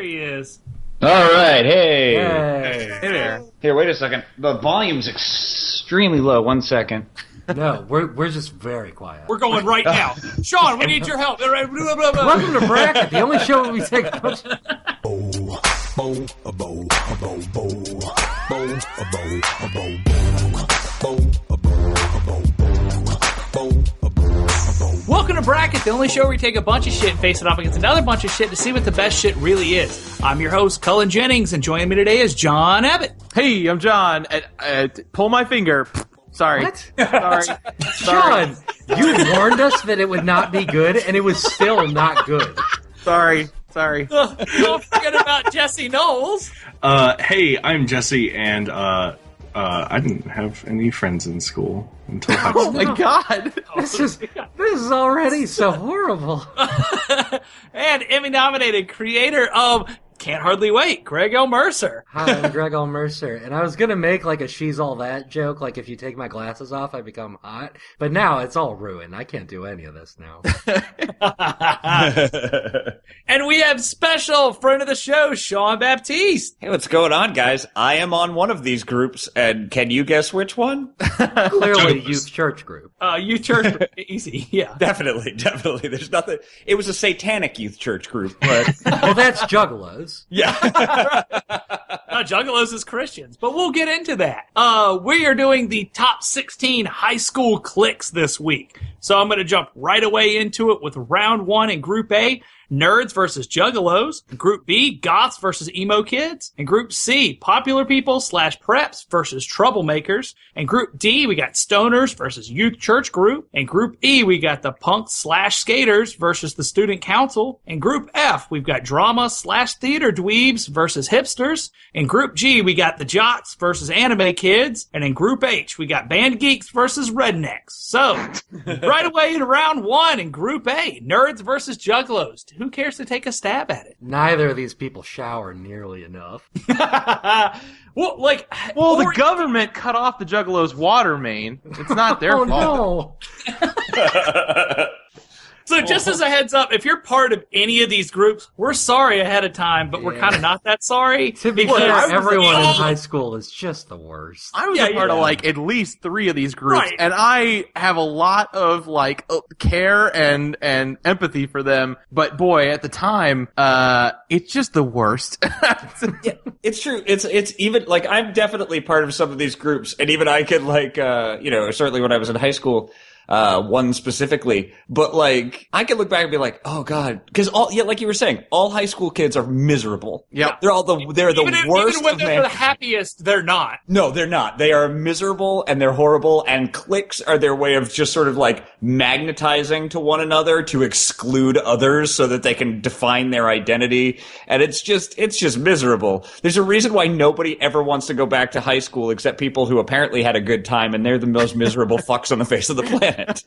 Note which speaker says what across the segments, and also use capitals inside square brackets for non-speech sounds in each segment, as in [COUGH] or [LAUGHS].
Speaker 1: he is.
Speaker 2: All right, hey.
Speaker 1: Hey.
Speaker 3: Hey there.
Speaker 2: Here, wait a second. The volume's extremely low. One second.
Speaker 4: No, we're we're just very quiet.
Speaker 3: We're going [LAUGHS] right now. Sean, we need your help. Blah, blah, blah, blah.
Speaker 4: Welcome to Bracket, the only show where we take questions.
Speaker 3: Welcome to Bracket, the only show where we take a bunch of shit and face it off against another bunch of shit to see what the best shit really is. I'm your host, Cullen Jennings, and joining me today is John Abbott.
Speaker 5: Hey, I'm John. Uh, uh, t- pull my finger. Sorry.
Speaker 4: What?
Speaker 5: Sorry. Sorry.
Speaker 4: John, you warned us that it would not be good, and it was still not good.
Speaker 5: Sorry. Sorry.
Speaker 3: Don't forget about Jesse Knowles.
Speaker 6: Uh, hey, I'm Jesse, and uh, uh, I didn't have any friends in school until high
Speaker 4: [LAUGHS]
Speaker 5: Oh
Speaker 6: school.
Speaker 5: my god.
Speaker 4: This is this is already so horrible.
Speaker 3: and Emmy nominated creator of Can't Hardly Wait, Greg L. Mercer.
Speaker 4: Hi, I'm Greg L. Mercer, and I was gonna make like a "she's all that" joke, like if you take my glasses off, I become hot. But now it's all ruined. I can't do any of this now.
Speaker 3: and we have special friend of the show, Sean Baptiste.
Speaker 7: Hey, what's going on, guys? I am on one of these groups, and can you guess which
Speaker 5: [LAUGHS]
Speaker 7: one?
Speaker 4: [LAUGHS] Clearly, youth church group.
Speaker 3: Uh, you [LAUGHS] church easy, yeah.
Speaker 7: definitely, definitely. There's nothing. It was a satanic youth church group, but
Speaker 4: Well, that's juggalos.
Speaker 7: yeah.
Speaker 3: Uh, Juggalos is Christians, but we'll get into that. Uh, we are doing the top 16 high school cliques this week. So I'm going to jump right away into it with round one in Group A, Nerds versus Juggalos. Group B, Goths versus Emo Kids. And Group C, Popular People slash Preps versus Troublemakers. And Group D, we got Stoners versus Youth Church Group. And Group E, we got the Punks slash Skaters versus the Student Council. And Group F, we've got Drama slash Theater Dweebs versus Hipsters. In Group G, we got the Jocks versus Anime Kids. And in Group H, we got Band Geeks versus Rednecks. So, right away in round one in Group A, Nerds versus Juggalos. Who cares to take a stab at it?
Speaker 4: Neither of these people shower nearly enough.
Speaker 3: well, like,
Speaker 5: Well, the
Speaker 3: or-
Speaker 5: government cut off the Juggalos' water main. It's
Speaker 3: [LAUGHS]
Speaker 5: not their
Speaker 4: oh
Speaker 5: fault.
Speaker 4: no!
Speaker 3: So just as a heads up, if you're part of any of these groups, we're sorry ahead of time, but we're
Speaker 4: Yeah.
Speaker 3: kind of not that sorry.
Speaker 4: To be
Speaker 3: because-
Speaker 4: fair,
Speaker 5: I was-
Speaker 4: everyone in
Speaker 3: Oh.
Speaker 4: high school is just the worst.
Speaker 5: I was
Speaker 3: Yeah,
Speaker 5: a part
Speaker 3: yeah.
Speaker 5: of like at least three of these groups,
Speaker 3: Right.
Speaker 5: and I have a lot of like uh, care and and empathy for them. But boy, at the time, uh, it's just the worst. [LAUGHS]
Speaker 7: It's true. It's it's even like I'm definitely part of some of these groups, and even I could like uh, you know certainly when I was in high school, uh, one specifically. But like I could look back and be like, oh god, because all yeah, like you were saying, all high school kids are miserable.
Speaker 5: Yep.
Speaker 7: they're all the they're the
Speaker 3: even, if-
Speaker 7: worst
Speaker 3: even when
Speaker 7: of
Speaker 3: they're
Speaker 7: man-
Speaker 3: the happiest, they're
Speaker 7: [LAUGHS]
Speaker 3: not.
Speaker 7: No, they're not. They are miserable and they're horrible and cliques are their way of just sort of like magnetizing to one another to exclude others so that they can define their identity. And it's just, it's just miserable. There's a reason why nobody ever wants to go back to high school except people who apparently had a good time and they're the most miserable fucks on the face of the planet.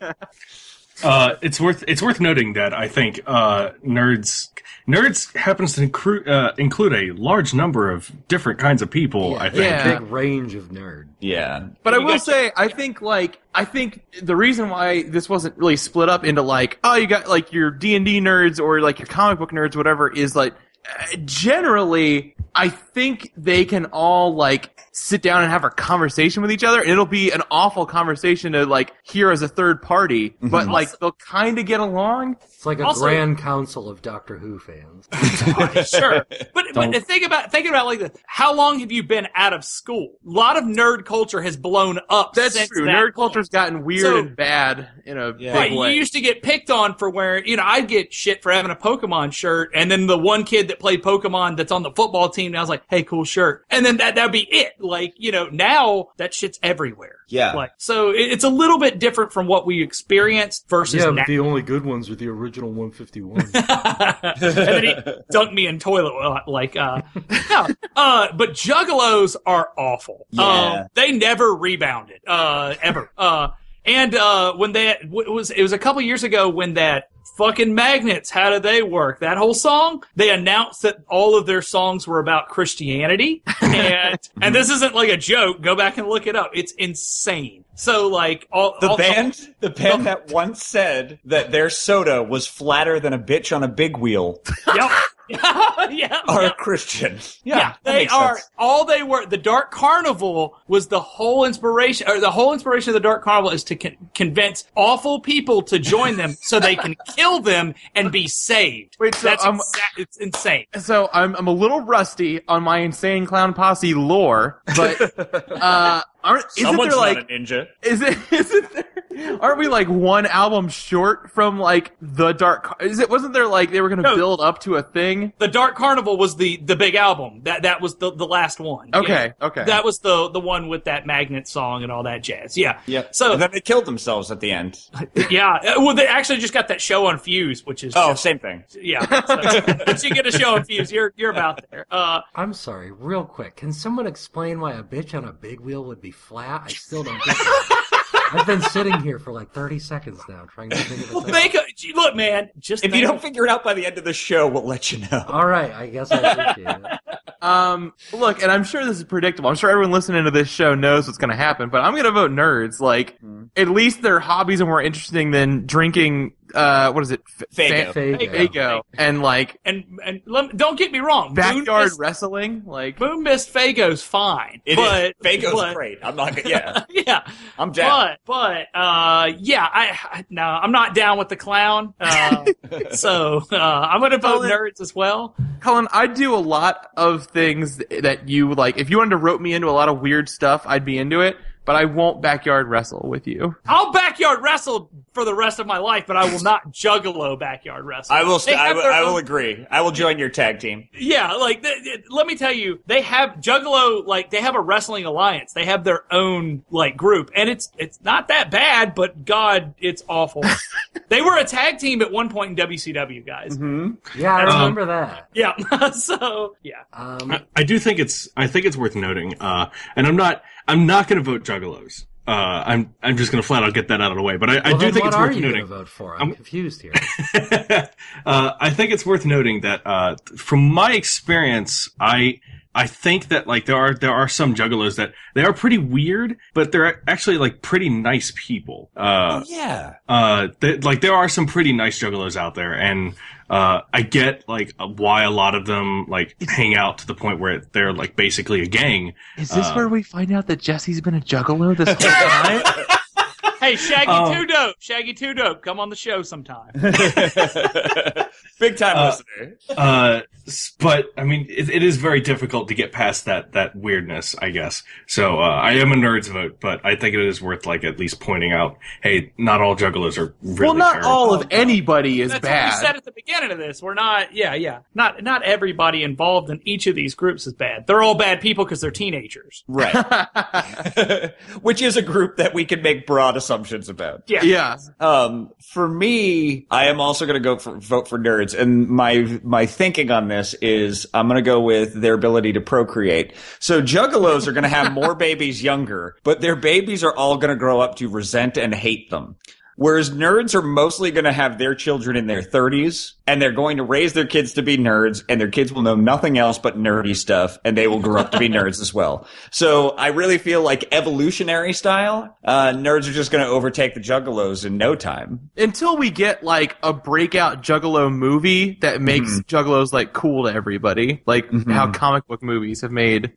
Speaker 6: Uh, it's worth it's worth noting that I think uh, nerds nerds happens to incru- uh, include a large number of different kinds of people. I think.
Speaker 5: Yeah.
Speaker 4: Big range of nerd.
Speaker 7: Yeah.
Speaker 5: But I
Speaker 3: You
Speaker 5: will
Speaker 3: got-
Speaker 5: say, I think like I think the reason why this wasn't really split up into like oh you got like your D and D nerds or like your comic book nerds whatever is like uh, generally I think they can all like sit down and have a conversation with each other and it'll be an awful conversation to like hear as a third party but like they'll kind of get along
Speaker 4: It's like a
Speaker 3: Also-
Speaker 4: grand council of Doctor Who fans.
Speaker 3: sure. But, but the thing about think about it like this: how long have you been out of school? A lot of nerd culture has blown up.
Speaker 5: that's
Speaker 3: since
Speaker 5: true
Speaker 3: that
Speaker 5: nerd
Speaker 3: point.
Speaker 5: culture's gotten weird
Speaker 3: So-
Speaker 5: and bad in a
Speaker 7: Yeah.
Speaker 5: big
Speaker 3: Right,
Speaker 5: way
Speaker 3: you used to get picked on for wearing, you know, I'd get shit for having a Pokemon shirt, and then the one kid that played Pokemon that's on the football team, and I was like, hey, cool shirt. And then that, that'd be it. Like, you know, now that shit's everywhere.
Speaker 7: Yeah.
Speaker 3: Like, so it, it's a little bit different from what we experienced versus now.
Speaker 4: only good ones are the original 151.
Speaker 3: and then he dunked me in toilet wa- like uh no. uh but juggalos are awful
Speaker 7: Yeah.
Speaker 3: um they never rebounded uh ever uh and uh when that w- it was it was a couple years ago when that fucking magnets how do they work that whole song they announced that all of their songs were about christianity
Speaker 7: [LAUGHS]
Speaker 3: and and this isn't like a joke go back and look it up it's insane so like all
Speaker 7: The
Speaker 3: all-
Speaker 7: band, the band that once said that their soda was flatter than a bitch on a big wheel.
Speaker 3: [LAUGHS] yep [LAUGHS] yeah, yeah,
Speaker 7: are Christian. Yeah,
Speaker 3: yeah,
Speaker 7: that
Speaker 3: they
Speaker 7: makes
Speaker 3: are
Speaker 7: sense.
Speaker 3: all they were. The Dark Carnival was the whole inspiration, or the whole inspiration of the Dark Carnival is to con- convince awful people to join
Speaker 5: [LAUGHS]
Speaker 3: them so they can kill them and be saved.
Speaker 5: Wait, so
Speaker 3: that's
Speaker 5: I'm-
Speaker 3: exa- it's insane.
Speaker 5: So I'm I'm a little rusty on my insane clown posse lore, but
Speaker 7: [LAUGHS]
Speaker 5: uh, aren't isn't
Speaker 7: Someone's
Speaker 5: there like
Speaker 7: not a ninja.
Speaker 5: is it [LAUGHS] isn't there? Aren't we like one album short from like the dark? Car- Is it wasn't there like they were gonna
Speaker 3: No.
Speaker 5: build up to a thing?
Speaker 3: The Dark Carnival was the the big album. That that was the the last one.
Speaker 5: Okay, okay.
Speaker 3: That was the the one with that magnet song and all that jazz. Yeah.
Speaker 7: Yeah.
Speaker 3: So
Speaker 7: and then they killed themselves at the [LAUGHS] end.
Speaker 3: [LAUGHS] yeah. Uh, Well, they actually just got that show on Fuse, which is
Speaker 7: Oh,
Speaker 3: just-
Speaker 7: same thing.
Speaker 3: yeah. So, [LAUGHS] once you get a show on Fuse, you're you're about there. Uh,
Speaker 4: [LAUGHS] I'm sorry, real quick. Can someone explain why a bitch on a big wheel would be flat? I still don't get it. I've been sitting here for like 30 seconds now trying to figure this
Speaker 3: well,
Speaker 4: out.
Speaker 3: think of- gee, look, man. Just
Speaker 7: If you
Speaker 3: think
Speaker 7: don't
Speaker 3: of-
Speaker 7: figure it out by the end of the show, we'll let you know.
Speaker 4: All right, I guess I appreciate it.
Speaker 5: Um, look, and I'm sure this is predictable. I'm sure everyone listening to this show knows what's gonna happen, but I'm gonna vote nerds. Like at least their hobbies are more interesting than drinking. Uh, what is it? F-
Speaker 7: Faygo.
Speaker 5: fa-
Speaker 4: Faygo.
Speaker 5: Faygo and like
Speaker 3: and and lem- don't get me wrong.
Speaker 5: backyard
Speaker 3: Moon Mist,
Speaker 5: wrestling. Like
Speaker 3: Moon Mist Fago's fine,
Speaker 7: [LAUGHS] It is
Speaker 3: but
Speaker 7: Fago's
Speaker 3: but-
Speaker 7: great. I'm not. gonna Yeah, [LAUGHS]
Speaker 3: [LAUGHS] Yeah,
Speaker 7: I'm down.
Speaker 3: but but uh, yeah, I, I no, I'm not down with the clown.
Speaker 7: [LAUGHS]
Speaker 3: Uh, so uh, I'm gonna vote
Speaker 5: Colin-
Speaker 3: nerds as well.
Speaker 5: Colin, I do a lot of things th- that you like. If you wanted to rope me into a lot of weird stuff, I'd be into it. But I won't backyard wrestle with you.
Speaker 3: I'll backyard wrestle for the rest of my life, but I will not juggalo backyard wrestle.
Speaker 7: I will. St-
Speaker 3: They
Speaker 7: I
Speaker 3: have
Speaker 7: will.
Speaker 3: their
Speaker 7: I will
Speaker 3: own-
Speaker 7: agree. I will join your tag team.
Speaker 3: Yeah, like th- th- let me tell you, they have Juggalo. Like they have a wrestling alliance. They have their own like group, and it's it's not that bad, but God, it's awful. they were a tag team at one point in WCW, guys.
Speaker 4: Yeah, I remember that.
Speaker 3: Yeah, [LAUGHS] so yeah,
Speaker 4: Um,
Speaker 6: I, I do think it's I think it's worth noting, uh, and I'm not I'm not going to vote Juggalos. Uh, I'm I'm just going to flat out get that out of the way. But I, I
Speaker 4: well,
Speaker 6: do
Speaker 4: then
Speaker 6: think
Speaker 4: what
Speaker 6: it's
Speaker 4: are
Speaker 6: worth
Speaker 4: you going to
Speaker 6: noting.
Speaker 4: vote for? I'm
Speaker 6: I'm-
Speaker 4: confused here.
Speaker 6: [LAUGHS] uh, I think it's worth noting that uh, from my experience, I I think that like there are there are some juggalos that they are pretty weird, but they're actually like pretty nice people. Uh,
Speaker 7: [LAUGHS] Yeah.
Speaker 6: uh, th- like there are some pretty nice juggalos out there, and uh, I get like why a lot of them like hang out to the point where they're like basically a gang.
Speaker 5: Is this where we find out that Jesse's been a juggalo this whole time?
Speaker 3: hey, Shaggy
Speaker 6: Oh.
Speaker 3: Two Dope, Shaggy Two Dope, come on the show sometime.
Speaker 7: [LAUGHS] Big time
Speaker 6: Uh,
Speaker 7: listener.
Speaker 6: Uh, s- but I mean, it, it is very difficult to get past that that weirdness, I guess. So uh, I am a nerd's vote, but I think it is worth like at least pointing out, hey, not all juggalos are really
Speaker 5: well, not
Speaker 6: terrible.
Speaker 5: all of anybody is
Speaker 3: That's
Speaker 5: bad.
Speaker 3: what we said at the beginning of this. We're not, yeah, yeah, not not everybody involved in each of these groups is bad. They're all bad people because they're teenagers.
Speaker 7: Right. [LAUGHS] Which is a group that we can make broad assumptions about.
Speaker 3: Yeah,
Speaker 5: yeah.
Speaker 7: Um, for me, I am also going to go for, vote for nerds, and my my thinking on this is I'm going to go with their ability to procreate. So juggalos are going to have more babies younger, but their babies are all going to grow up to resent and hate them. Whereas nerds are mostly going to have their children in their 30s, and they're going to raise their kids to be nerds, and their kids will know nothing else but nerdy stuff, and they will grow up to be nerds as well. So I really feel like evolutionary style, uh, nerds are just going to overtake the juggalos in no time.
Speaker 5: Until we get like a breakout juggalo movie that makes juggalos like cool to everybody, like how comic book movies have made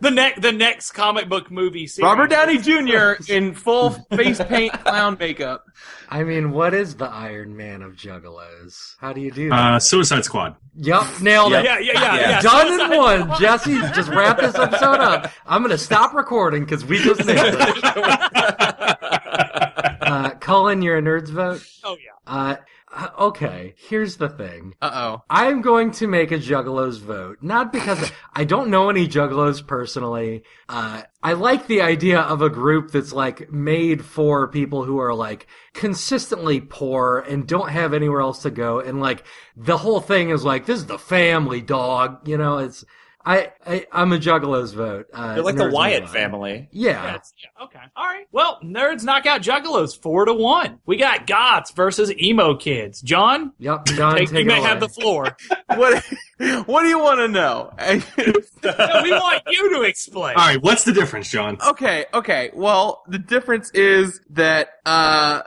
Speaker 3: [LAUGHS] the next the next comic book movie series.
Speaker 5: Robert Downey Jr. in full face paint clown makeup.
Speaker 4: I mean, what is the Iron Man of Juggalos? How do you do that?
Speaker 6: Uh, Suicide Squad.
Speaker 4: yup, nailed it.
Speaker 3: Yeah, yeah, yeah,
Speaker 7: Yeah.
Speaker 3: yeah.
Speaker 4: Done in one. Jesse, just wrap this episode up. I'm going to stop recording because we just nailed it. Uh, Cullen, you're a nerd's vote.
Speaker 3: Oh yeah.
Speaker 4: Uh, uh, okay, here's the thing.
Speaker 5: Uh oh.
Speaker 4: I am going to make a Juggalos vote, not because I don't know any Juggalos personally. Uh, I like the idea of a group that's like made for people who are like consistently poor and don't have anywhere else to go, and like the whole thing is like this is the family dog, you know? It's I, I I'm a Juggalos vote. Uh,
Speaker 7: They're like the
Speaker 4: nerds
Speaker 7: Wyatt
Speaker 4: vote.
Speaker 7: family.
Speaker 4: Yeah,
Speaker 3: That's- yeah, Okay. All right. Well, nerds knock out juggalos four to one. We got goths versus emo kids. John,
Speaker 4: yep. John,
Speaker 3: take-
Speaker 4: take,
Speaker 3: you
Speaker 4: it
Speaker 3: may
Speaker 4: away.
Speaker 3: have the floor.
Speaker 5: What, what do you want to know?
Speaker 3: No, we want you to explain.
Speaker 6: All right, what's the difference, John?
Speaker 5: Okay, okay. Well, the difference is that uh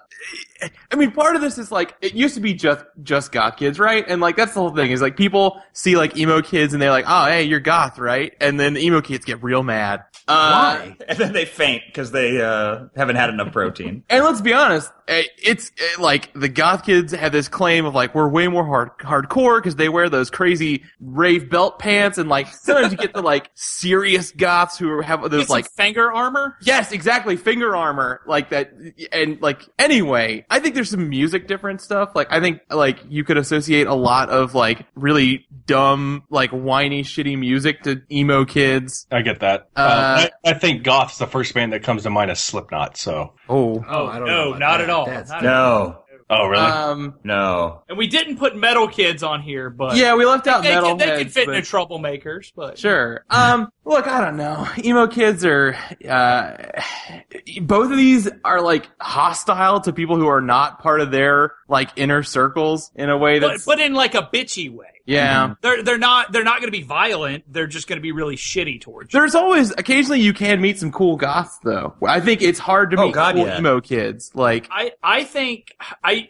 Speaker 5: I mean, part of this is like it used to be just just goth kids, right? And like that's the whole thing is like people see like emo kids and they're like, oh, hey, you're goth, right? And then the emo kids get real mad. Uh,
Speaker 4: Why?
Speaker 7: [LAUGHS] And then they faint because they uh, haven't had enough protein. [LAUGHS]
Speaker 5: And let's be honest, eh, it's eh, like the goth kids have this claim of like we're way more hard hardcore because they wear those crazy rave belt pants, and like sometimes you get the like serious goths who have those
Speaker 3: It's
Speaker 5: like
Speaker 3: like finger armor.
Speaker 5: Yes, exactly. Finger armor, like that, and like anyway, I think there's some music different stuff. Like I think like you could associate a lot of like really dumb, like whiny, shitty music to emo kids.
Speaker 6: I get that. Uh,
Speaker 5: Uh,
Speaker 6: I, I think Goth's the first band that comes to mind is Slipknot. So,
Speaker 5: Oh,
Speaker 4: Oh, I don't
Speaker 3: no,
Speaker 4: know about
Speaker 3: not
Speaker 4: that.
Speaker 3: at all.
Speaker 4: That's-
Speaker 3: Not at all.
Speaker 7: No,
Speaker 6: oh really?
Speaker 5: um,
Speaker 7: no.
Speaker 3: And we didn't put metal kids on here, but
Speaker 5: yeah, we left out
Speaker 3: they,
Speaker 5: metal.
Speaker 3: can, they can
Speaker 5: heads,
Speaker 3: fit
Speaker 5: but-
Speaker 3: into troublemakers. But
Speaker 5: Sure. Um, look, I don't know. Emo kids are, uh, both of these are like hostile to people who are not part of their like inner circles in a way
Speaker 3: but,
Speaker 5: that's,
Speaker 3: but in like a bitchy way.
Speaker 5: yeah.
Speaker 3: They're they're not they're not going to be violent. They're just going to be really shitty towards you.
Speaker 5: There's always occasionally you can meet some cool goths though. I think it's hard to
Speaker 7: Oh,
Speaker 5: meet
Speaker 7: God,
Speaker 5: cool
Speaker 7: yeah.
Speaker 5: emo kids. Like
Speaker 3: I I think I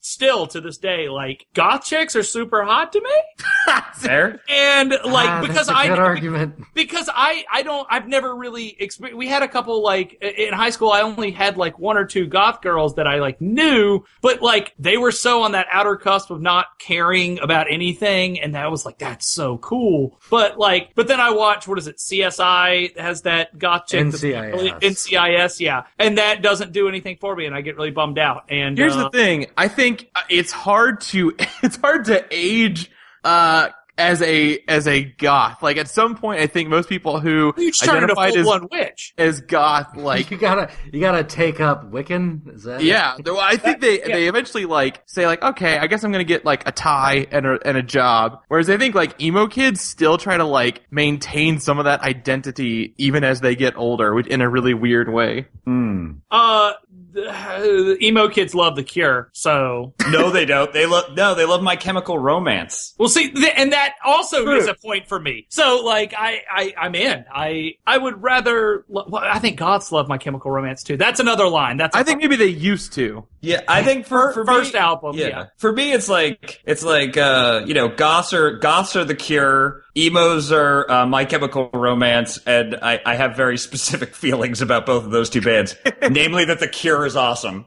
Speaker 3: still to this day like goth chicks are super hot to me,
Speaker 7: There?
Speaker 3: and like
Speaker 4: Ah,
Speaker 3: because
Speaker 4: that's a good
Speaker 3: I
Speaker 4: argument.
Speaker 3: because I I don't I've never really experienced. We had a couple like i- in high school. I only had like one or two goth girls that I like knew, but like they were so on that outer cusp of not caring about anything, and that was like that's so cool. But like, but then I watch what is it? CSI has that goth chick. that's
Speaker 4: NCIS.
Speaker 3: really- NCIS, yeah, and that doesn't do anything for me, and I get really bummed out. And
Speaker 5: here's
Speaker 3: uh,
Speaker 5: the thing. I think uh, it's hard to [LAUGHS] it's hard to age uh as a as a goth. Like at some point I think most people who
Speaker 3: you just turned into
Speaker 5: identified
Speaker 3: full
Speaker 5: as,
Speaker 3: blown witch.
Speaker 5: as goth like
Speaker 4: you gotta you gotta take up Wiccan. Is that
Speaker 5: Yeah, though I think they
Speaker 3: yeah.
Speaker 5: they eventually like say like, okay, I guess I'm gonna get like a tie and a and a job. Whereas I think like emo kids still try to like maintain some of that identity even as they get older, which in a really weird way.
Speaker 7: Hmm.
Speaker 3: Uh, the, uh, emo kids love the Cure, so
Speaker 7: No, they don't. They love no. They love My Chemical Romance.
Speaker 3: Well, see, th- and that also is a point for me. So, like, I, I, I'm in. I, I would rather. Lo- well, I think God's love my Chemical Romance too. That's another line. That's a
Speaker 5: I think maybe they used to.
Speaker 7: Yeah, I think for, for
Speaker 3: first
Speaker 7: me,
Speaker 3: album. Yeah.
Speaker 7: Yeah. for me, it's like it's like uh, you know, goths are goths are the cure, emos are uh, My Chemical Romance, and I, I have very [LAUGHS] specific feelings about both of those two bands, namely that the Cure is awesome.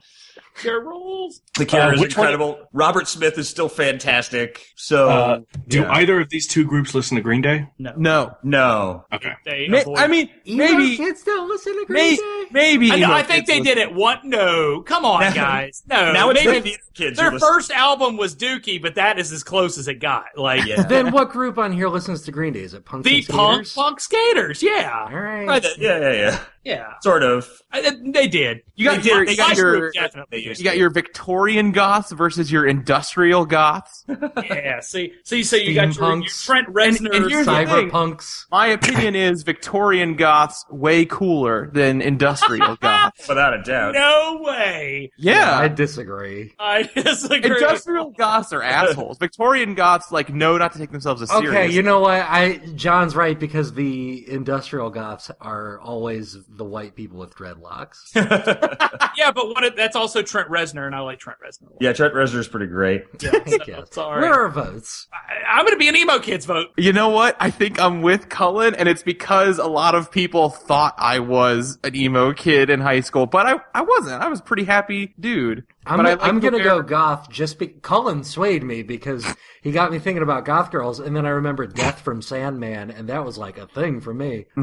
Speaker 3: Cure rules.
Speaker 7: The Cure
Speaker 6: Uh,
Speaker 7: is
Speaker 6: which one-
Speaker 7: incredible. Robert Smith is still fantastic. So
Speaker 6: Uh, do
Speaker 7: yeah.
Speaker 6: either of these two groups listen to Green Day?
Speaker 5: No,
Speaker 7: no,
Speaker 6: Okay.
Speaker 3: They
Speaker 5: Ma-
Speaker 3: avoid-
Speaker 5: I mean
Speaker 4: Emo
Speaker 5: maybe
Speaker 4: kids don't listen to Green
Speaker 5: may-
Speaker 4: Day.
Speaker 5: maybe
Speaker 3: I, know,
Speaker 5: emo
Speaker 3: I think
Speaker 5: kids
Speaker 3: they
Speaker 5: listen-
Speaker 3: did it. What? No, come on,
Speaker 5: [LAUGHS]
Speaker 7: Now-
Speaker 3: guys. No,
Speaker 7: now it's
Speaker 3: uh, maybe
Speaker 7: the theater kids. who
Speaker 3: their
Speaker 7: listen-
Speaker 3: first album was Dookie, but that is as close as it got. Like
Speaker 7: Yeah.
Speaker 4: Then what group on here listens to Green Day? Is it punks?
Speaker 3: the
Speaker 4: and
Speaker 3: punk
Speaker 4: Skaters?
Speaker 3: punk skaters. Yeah,
Speaker 4: All right.
Speaker 7: Right, yeah, yeah, yeah,
Speaker 3: yeah.
Speaker 7: sort of.
Speaker 3: I, Uh, they did.
Speaker 5: You got
Speaker 3: They
Speaker 5: your-
Speaker 3: did.
Speaker 5: you got
Speaker 3: My
Speaker 5: your-
Speaker 3: group definitely did.
Speaker 5: You got your Victorian goths versus your industrial goths.
Speaker 3: [LAUGHS] Yeah, see, see, so you got your, your
Speaker 4: Steampunks.
Speaker 3: Trent Reznor,
Speaker 5: And- and here's the thing.
Speaker 4: Cyberpunks.
Speaker 5: My opinion is Victorian goths way cooler than industrial goths.
Speaker 7: Without a doubt.
Speaker 3: no way.
Speaker 5: Yeah.
Speaker 4: I disagree.
Speaker 3: I [LAUGHS] disagree.
Speaker 5: Industrial [LAUGHS] goths are assholes. Victorian goths like know not to take themselves as serious.
Speaker 4: Okay, you know what? I John's right because the industrial goths are always the white people with
Speaker 5: [LAUGHS]
Speaker 4: dreadlocks.
Speaker 3: yeah, but what it, that's also Trent Reznor, and I like Trent Reznor.
Speaker 7: Yeah, Trent Reznor's pretty great.
Speaker 3: Yeah, so,
Speaker 4: Yes.
Speaker 3: sorry.
Speaker 4: Where are our votes?
Speaker 3: I, am going to be an emo kids vote.
Speaker 5: You know what? I think I'm with Cullen, and it's because a lot of people thought I was an emo kid in high school, but I, I wasn't. I was a pretty happy dude.
Speaker 4: I'm,
Speaker 5: but I
Speaker 4: I'm
Speaker 5: liked
Speaker 4: gonna
Speaker 5: the
Speaker 4: go
Speaker 5: weird-
Speaker 4: goth. Just be, Cullen swayed me because he got me thinking about goth girls, and then I remembered Death from Sandman, and that was like a thing for me. [LAUGHS]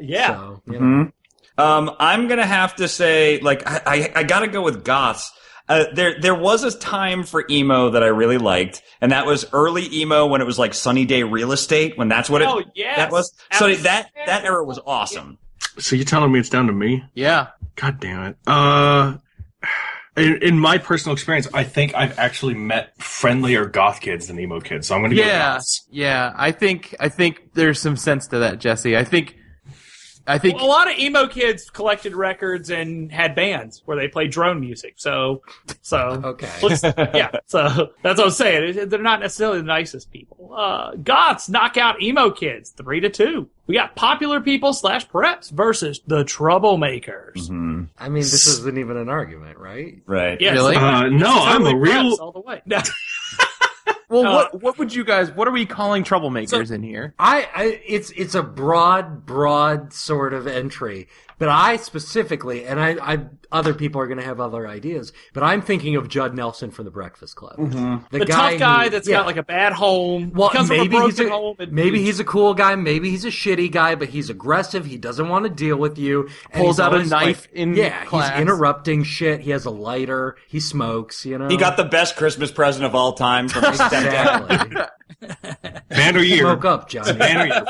Speaker 3: yeah,
Speaker 4: So you know,
Speaker 7: Um, I'm gonna have to say, like, I, I, I gotta go with goths. Uh, there, there was a time for emo that I really liked, and that was early emo when it was like Sunny Day Real Estate, when that's what it
Speaker 3: Oh, yes.
Speaker 7: that was. So
Speaker 3: Absolutely.
Speaker 7: that that era was awesome.
Speaker 6: So you're telling me it's down to me?
Speaker 5: Yeah.
Speaker 6: God damn it. Uh, in, in my personal experience, I think I've actually met friendlier goth kids than emo kids. So I'm going to go
Speaker 5: Yeah.
Speaker 6: goths.
Speaker 5: Yeah. I think, I think there's some sense to that, Jesse. I think, I think.
Speaker 3: a lot of emo kids collected records and had bands where they played drone music. So, so
Speaker 4: Okay.
Speaker 3: [LAUGHS] let's- yeah. So that's what I'm saying. It- They're not necessarily the nicest people. Uh, goths knock out emo kids three to two. We got popular people slash preps versus the troublemakers.
Speaker 7: Mhm.
Speaker 4: I mean, this isn't even an argument, right?
Speaker 7: Right.
Speaker 3: Yes.
Speaker 5: Really?
Speaker 6: Uh, no, I'm a
Speaker 3: Totally
Speaker 6: real.
Speaker 3: press all the way. [LAUGHS] No.
Speaker 5: Well,
Speaker 3: Uh,
Speaker 5: what what would you guys? What are we calling troublemakers in here?
Speaker 4: I, I it's it's a broad, broad sort of entry. But I specifically, and I, I other people are going to have other ideas. But I'm thinking of Judd Nelson from The Breakfast Club,
Speaker 3: The tough guy
Speaker 4: who-
Speaker 3: that's
Speaker 4: yeah.
Speaker 3: got like a bad home.
Speaker 4: Well,
Speaker 3: comes
Speaker 4: maybe
Speaker 3: from a broken
Speaker 4: he's a,
Speaker 3: home. And
Speaker 4: maybe he's a cool guy, maybe he's a shitty guy, but he's aggressive. He doesn't want to deal with you. and
Speaker 5: Pulls
Speaker 4: he's
Speaker 5: out a
Speaker 4: always,
Speaker 5: knife
Speaker 4: like-
Speaker 5: in
Speaker 4: yeah.
Speaker 5: class.
Speaker 4: He's interrupting shit. He has a lighter. He smokes. You know,
Speaker 7: He got the best Christmas present of all time from his stepdad.
Speaker 4: exactly.
Speaker 6: Banner year.
Speaker 4: Smoke
Speaker 7: [LAUGHS]
Speaker 4: up, Johnny.
Speaker 6: Banner year.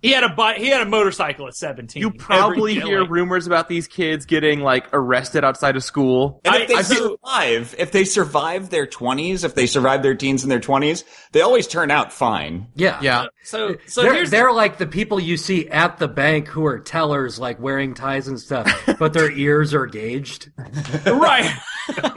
Speaker 3: he had a bike. He had a motorcycle at seventeen. [LAUGHS]
Speaker 5: You
Speaker 3: Every
Speaker 5: probably
Speaker 3: day,
Speaker 5: hear
Speaker 3: like-
Speaker 5: rumors about these kids getting like arrested outside of school.
Speaker 7: And if
Speaker 3: I-
Speaker 7: they
Speaker 3: I feel-
Speaker 7: survive, if they survive their twenties, if they survive their teens and their twenties, they always turn out fine.
Speaker 4: Yeah,
Speaker 5: Yeah.
Speaker 3: So, so
Speaker 4: they're
Speaker 3: here's
Speaker 4: they're like the people you see at the bank who are tellers, like wearing ties and [LAUGHS] stuff, but their ears are gauged.
Speaker 3: right. [LAUGHS]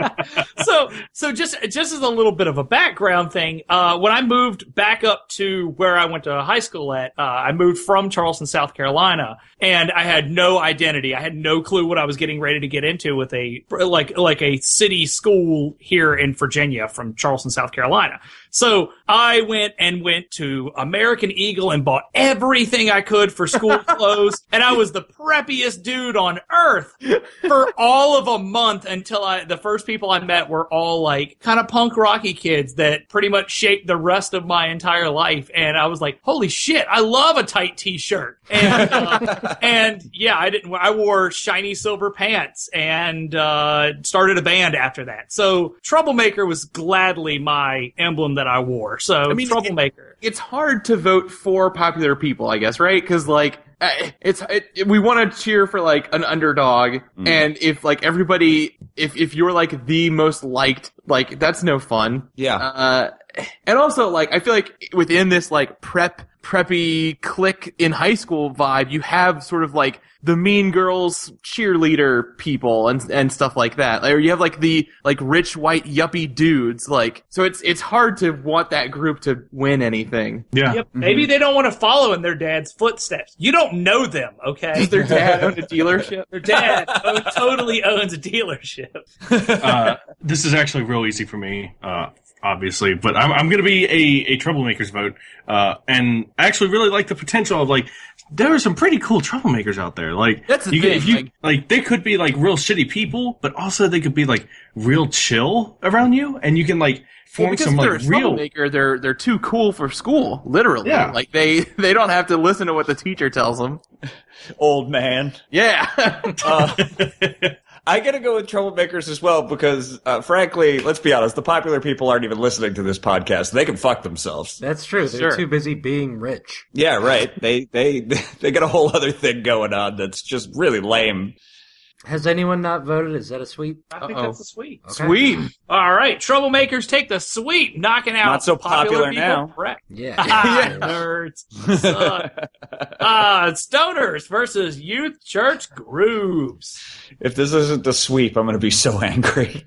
Speaker 3: so, so just just as a little bit of a background thing, uh, when I moved back up to where I went to high school at, uh, I moved from Charleston, South Carolina, and I had no identity. I had no clue what I was getting ready to get into with a like like a city school here in Virginia from Charleston, South Carolina. So I went and went to American Eagle and bought everything I could for school clothes, and I was the preppiest dude on earth for all of a month until I the first people I met were all like kind of punk rocky kids that pretty much shaped the rest of my entire life and I was like holy shit I love a tight t-shirt and
Speaker 5: [LAUGHS]
Speaker 3: uh, and yeah I didn't I wore shiny silver pants and uh, started a band after that so troublemaker was gladly my emblem that I wore so
Speaker 5: I mean,
Speaker 3: troublemaker
Speaker 5: It's hard to vote for popular people, I guess, right? Because like eh, it's it, we want to cheer for like an underdog, and if like everybody, if if you're like the most liked, like that's no fun.
Speaker 7: Yeah.
Speaker 5: Uh, and also like I feel like within this like prep preppy click in high school vibe, you have sort of like the mean girls cheerleader people and and stuff like that. Or you have like the like rich white yuppie dudes like so it's it's hard to want that group to win anything.
Speaker 6: Yeah.
Speaker 3: Yep,
Speaker 5: Mm-hmm.
Speaker 3: maybe they don't want to follow in their dad's footsteps you don't know them
Speaker 5: [LAUGHS]
Speaker 3: okay
Speaker 6: [LAUGHS]
Speaker 5: Their dad owned a dealership.
Speaker 3: Their dad [LAUGHS] o- totally owns a dealership.
Speaker 6: Uh, this is actually real easy for me, uh, obviously, but I'm, I'm going to be a, a troublemakers vote, uh, and I actually really like the potential of like there are some pretty cool troublemakers out there. Like
Speaker 5: That's the
Speaker 6: you,
Speaker 5: thing,
Speaker 6: if you-
Speaker 5: like-
Speaker 6: like they could be like real shitty people, but also they could be like real chill around you, and you can like form
Speaker 5: because
Speaker 6: some
Speaker 5: if they're
Speaker 6: like
Speaker 5: a
Speaker 6: real.
Speaker 5: troublemaker, they're they're too cool for school, literally.
Speaker 6: Yeah.
Speaker 5: Like they [LAUGHS] they don't have to listen to what the teacher tells them.
Speaker 7: Old man.
Speaker 5: Yeah. [LAUGHS]
Speaker 7: Uh, [LAUGHS] I gotta go with troublemakers as well because, uh, frankly, let's be honest, the popular people aren't even listening to this podcast. They can fuck themselves.
Speaker 4: That's true. They're
Speaker 5: Sure.
Speaker 4: too busy being rich.
Speaker 7: Yeah, right. They they [LAUGHS] they got a whole other thing going on that's just really lame.
Speaker 4: Has anyone not voted? Is that a sweep?
Speaker 3: I think
Speaker 5: Uh-oh.
Speaker 3: that's a sweet.
Speaker 4: Okay.
Speaker 5: Sweet.
Speaker 3: All right, troublemakers take the sweep, knocking out
Speaker 7: Not so popular
Speaker 3: people.
Speaker 7: now.
Speaker 3: [LAUGHS]
Speaker 7: [LAUGHS]
Speaker 3: Correct.
Speaker 4: [LAUGHS] Yeah.
Speaker 3: Ah, nerds. Suck. uh, stoners versus youth church groups.
Speaker 7: If this isn't the sweep, I'm gonna be so [LAUGHS] angry.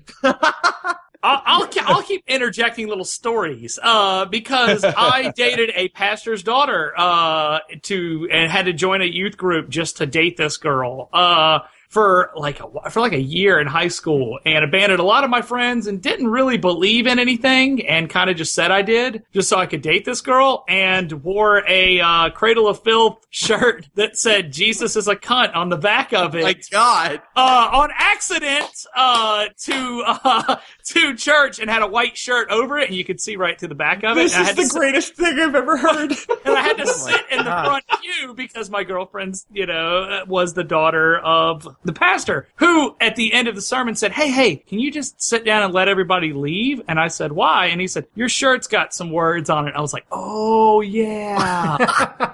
Speaker 3: I'll, I'll, ke- I'll keep interjecting little stories uh, because I dated a pastor's daughter uh, to and had to join a youth group just to date this girl uh, for like a, wh- for like a year in high school and abandoned a lot of my friends and didn't really believe in anything and kind of just said I did just so I could date this girl and wore a uh, Cradle of Filth shirt that said Jesus is a cunt on the back of it
Speaker 5: My God.
Speaker 3: uh, on accident uh, to uh, [LAUGHS] to church and had a white shirt over it, and you could see right through the back of it.
Speaker 7: This
Speaker 3: and I
Speaker 7: is
Speaker 3: had
Speaker 7: the
Speaker 3: to,
Speaker 7: greatest thing I've ever heard.
Speaker 3: sit- and I had to sit in the front pew because my girlfriend's, you know, uh, was the daughter of the pastor, who at the end of the sermon said, "Hey, hey, can you just sit down and let everybody leave?" And I said, "Why?" And he said, "Your shirt's got some words on it." I was like, "Oh yeah."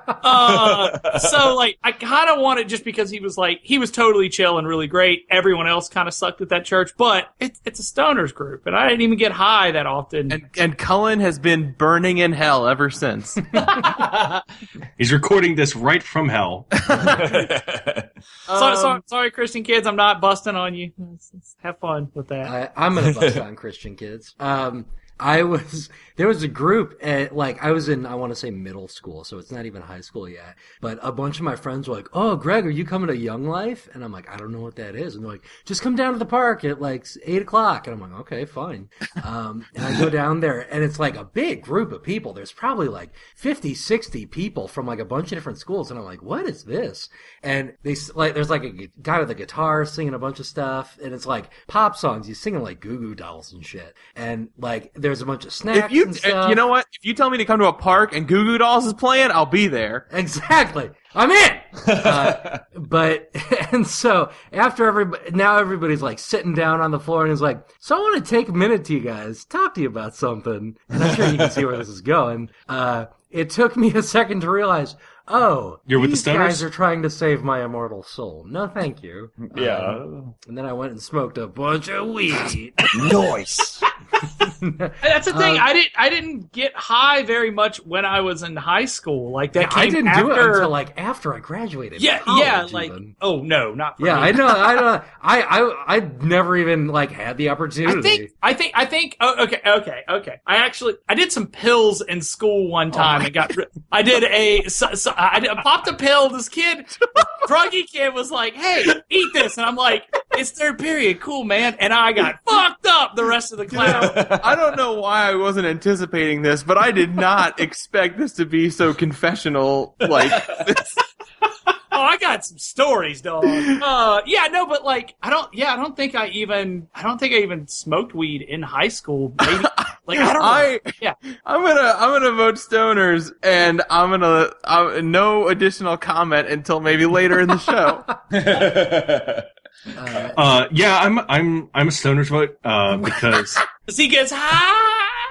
Speaker 3: uh, so like I kind of want it just because he was like he was totally chill and really great. Everyone else kind of sucked at that church, but it's it's a stoners group, and I didn't even get high that often.
Speaker 5: And and Cullen has been burning in hell
Speaker 3: [LAUGHS]
Speaker 5: ever since.
Speaker 6: He's recording this right from hell.
Speaker 3: so,
Speaker 4: Um,
Speaker 3: so, sorry, Christian kids, I'm not busting on you. Have fun with that.
Speaker 4: I, I'm gonna bust on Christian kids. Um, I was There was a group at like I was in I want to say middle school, so it's not even high school yet. But a bunch of my friends were like, "Oh, Greg, are you coming to Young Life?" And I'm like, "I don't know what that is." And they're like, "Just come down to the park at like eight o'clock." And I'm like, "Okay, fine." Um, and I go down there, and it's like a big group of people. There's probably like 50, 60 people from like a bunch of different schools, and I'm like, "What is this?" And they s- like there's like a gu- guy with a guitar singing a bunch of stuff, and it's like pop songs. He's singing like Goo Goo Dolls and shit, and like there's a bunch of snacks.
Speaker 5: If you,
Speaker 4: and
Speaker 3: uh,
Speaker 4: stuff.
Speaker 5: you know what? If you tell me to come to a park and Goo Goo Dolls is playing, I'll be there.
Speaker 4: Exactly. I'm in.
Speaker 6: [LAUGHS]
Speaker 4: Uh, but [LAUGHS] and so after everybody now everybody's like sitting down on the floor and is like, so I want to take a minute to you guys talk to you about something. And I'm sure you can see where this is going. Uh, it took me a second to realize, oh,
Speaker 6: You're with the
Speaker 4: these
Speaker 6: Stoners?
Speaker 4: guys are trying to save my immortal soul. No, thank you. Um,
Speaker 7: Yeah.
Speaker 4: and then I went and smoked a bunch of weed.
Speaker 7: [LAUGHS] Noise.
Speaker 3: That's the thing.
Speaker 4: um,
Speaker 3: I didn't. I didn't get high very much when I was in high school. Like that.
Speaker 4: I
Speaker 3: came
Speaker 4: didn't do it
Speaker 3: after-
Speaker 4: until like after I graduated.
Speaker 3: Yeah,
Speaker 4: college
Speaker 3: yeah. Like,
Speaker 4: even.
Speaker 3: oh no, not. For
Speaker 4: Yeah,
Speaker 3: me.
Speaker 4: I know. I know. I I I never even like had the opportunity.
Speaker 3: I think I think I think oh, okay okay okay I actually I did some pills in school
Speaker 4: Oh
Speaker 3: one time and got ri- I did a so, so, I, did- I popped a pill this kid druggy kid was like hey eat this and I'm like it's third period cool man and I got fucked up the rest of the class
Speaker 5: I don't know why I wasn't anticipating this, but I
Speaker 3: [LAUGHS]
Speaker 5: did not expect this to be so confessional. Like, this.
Speaker 3: oh I got some stories dog uh yeah no but like I don't yeah I don't think I even I don't think I even smoked weed in high school maybe like I don't know.
Speaker 5: I
Speaker 3: Yeah.
Speaker 5: I'm gonna I'm gonna vote stoners, and I'm gonna I, no additional comment until maybe later in the show.
Speaker 3: [LAUGHS]
Speaker 4: Uh,
Speaker 6: Uh, yeah, I'm I'm I'm a stoner's vote uh, because
Speaker 3: 'Cause he gets high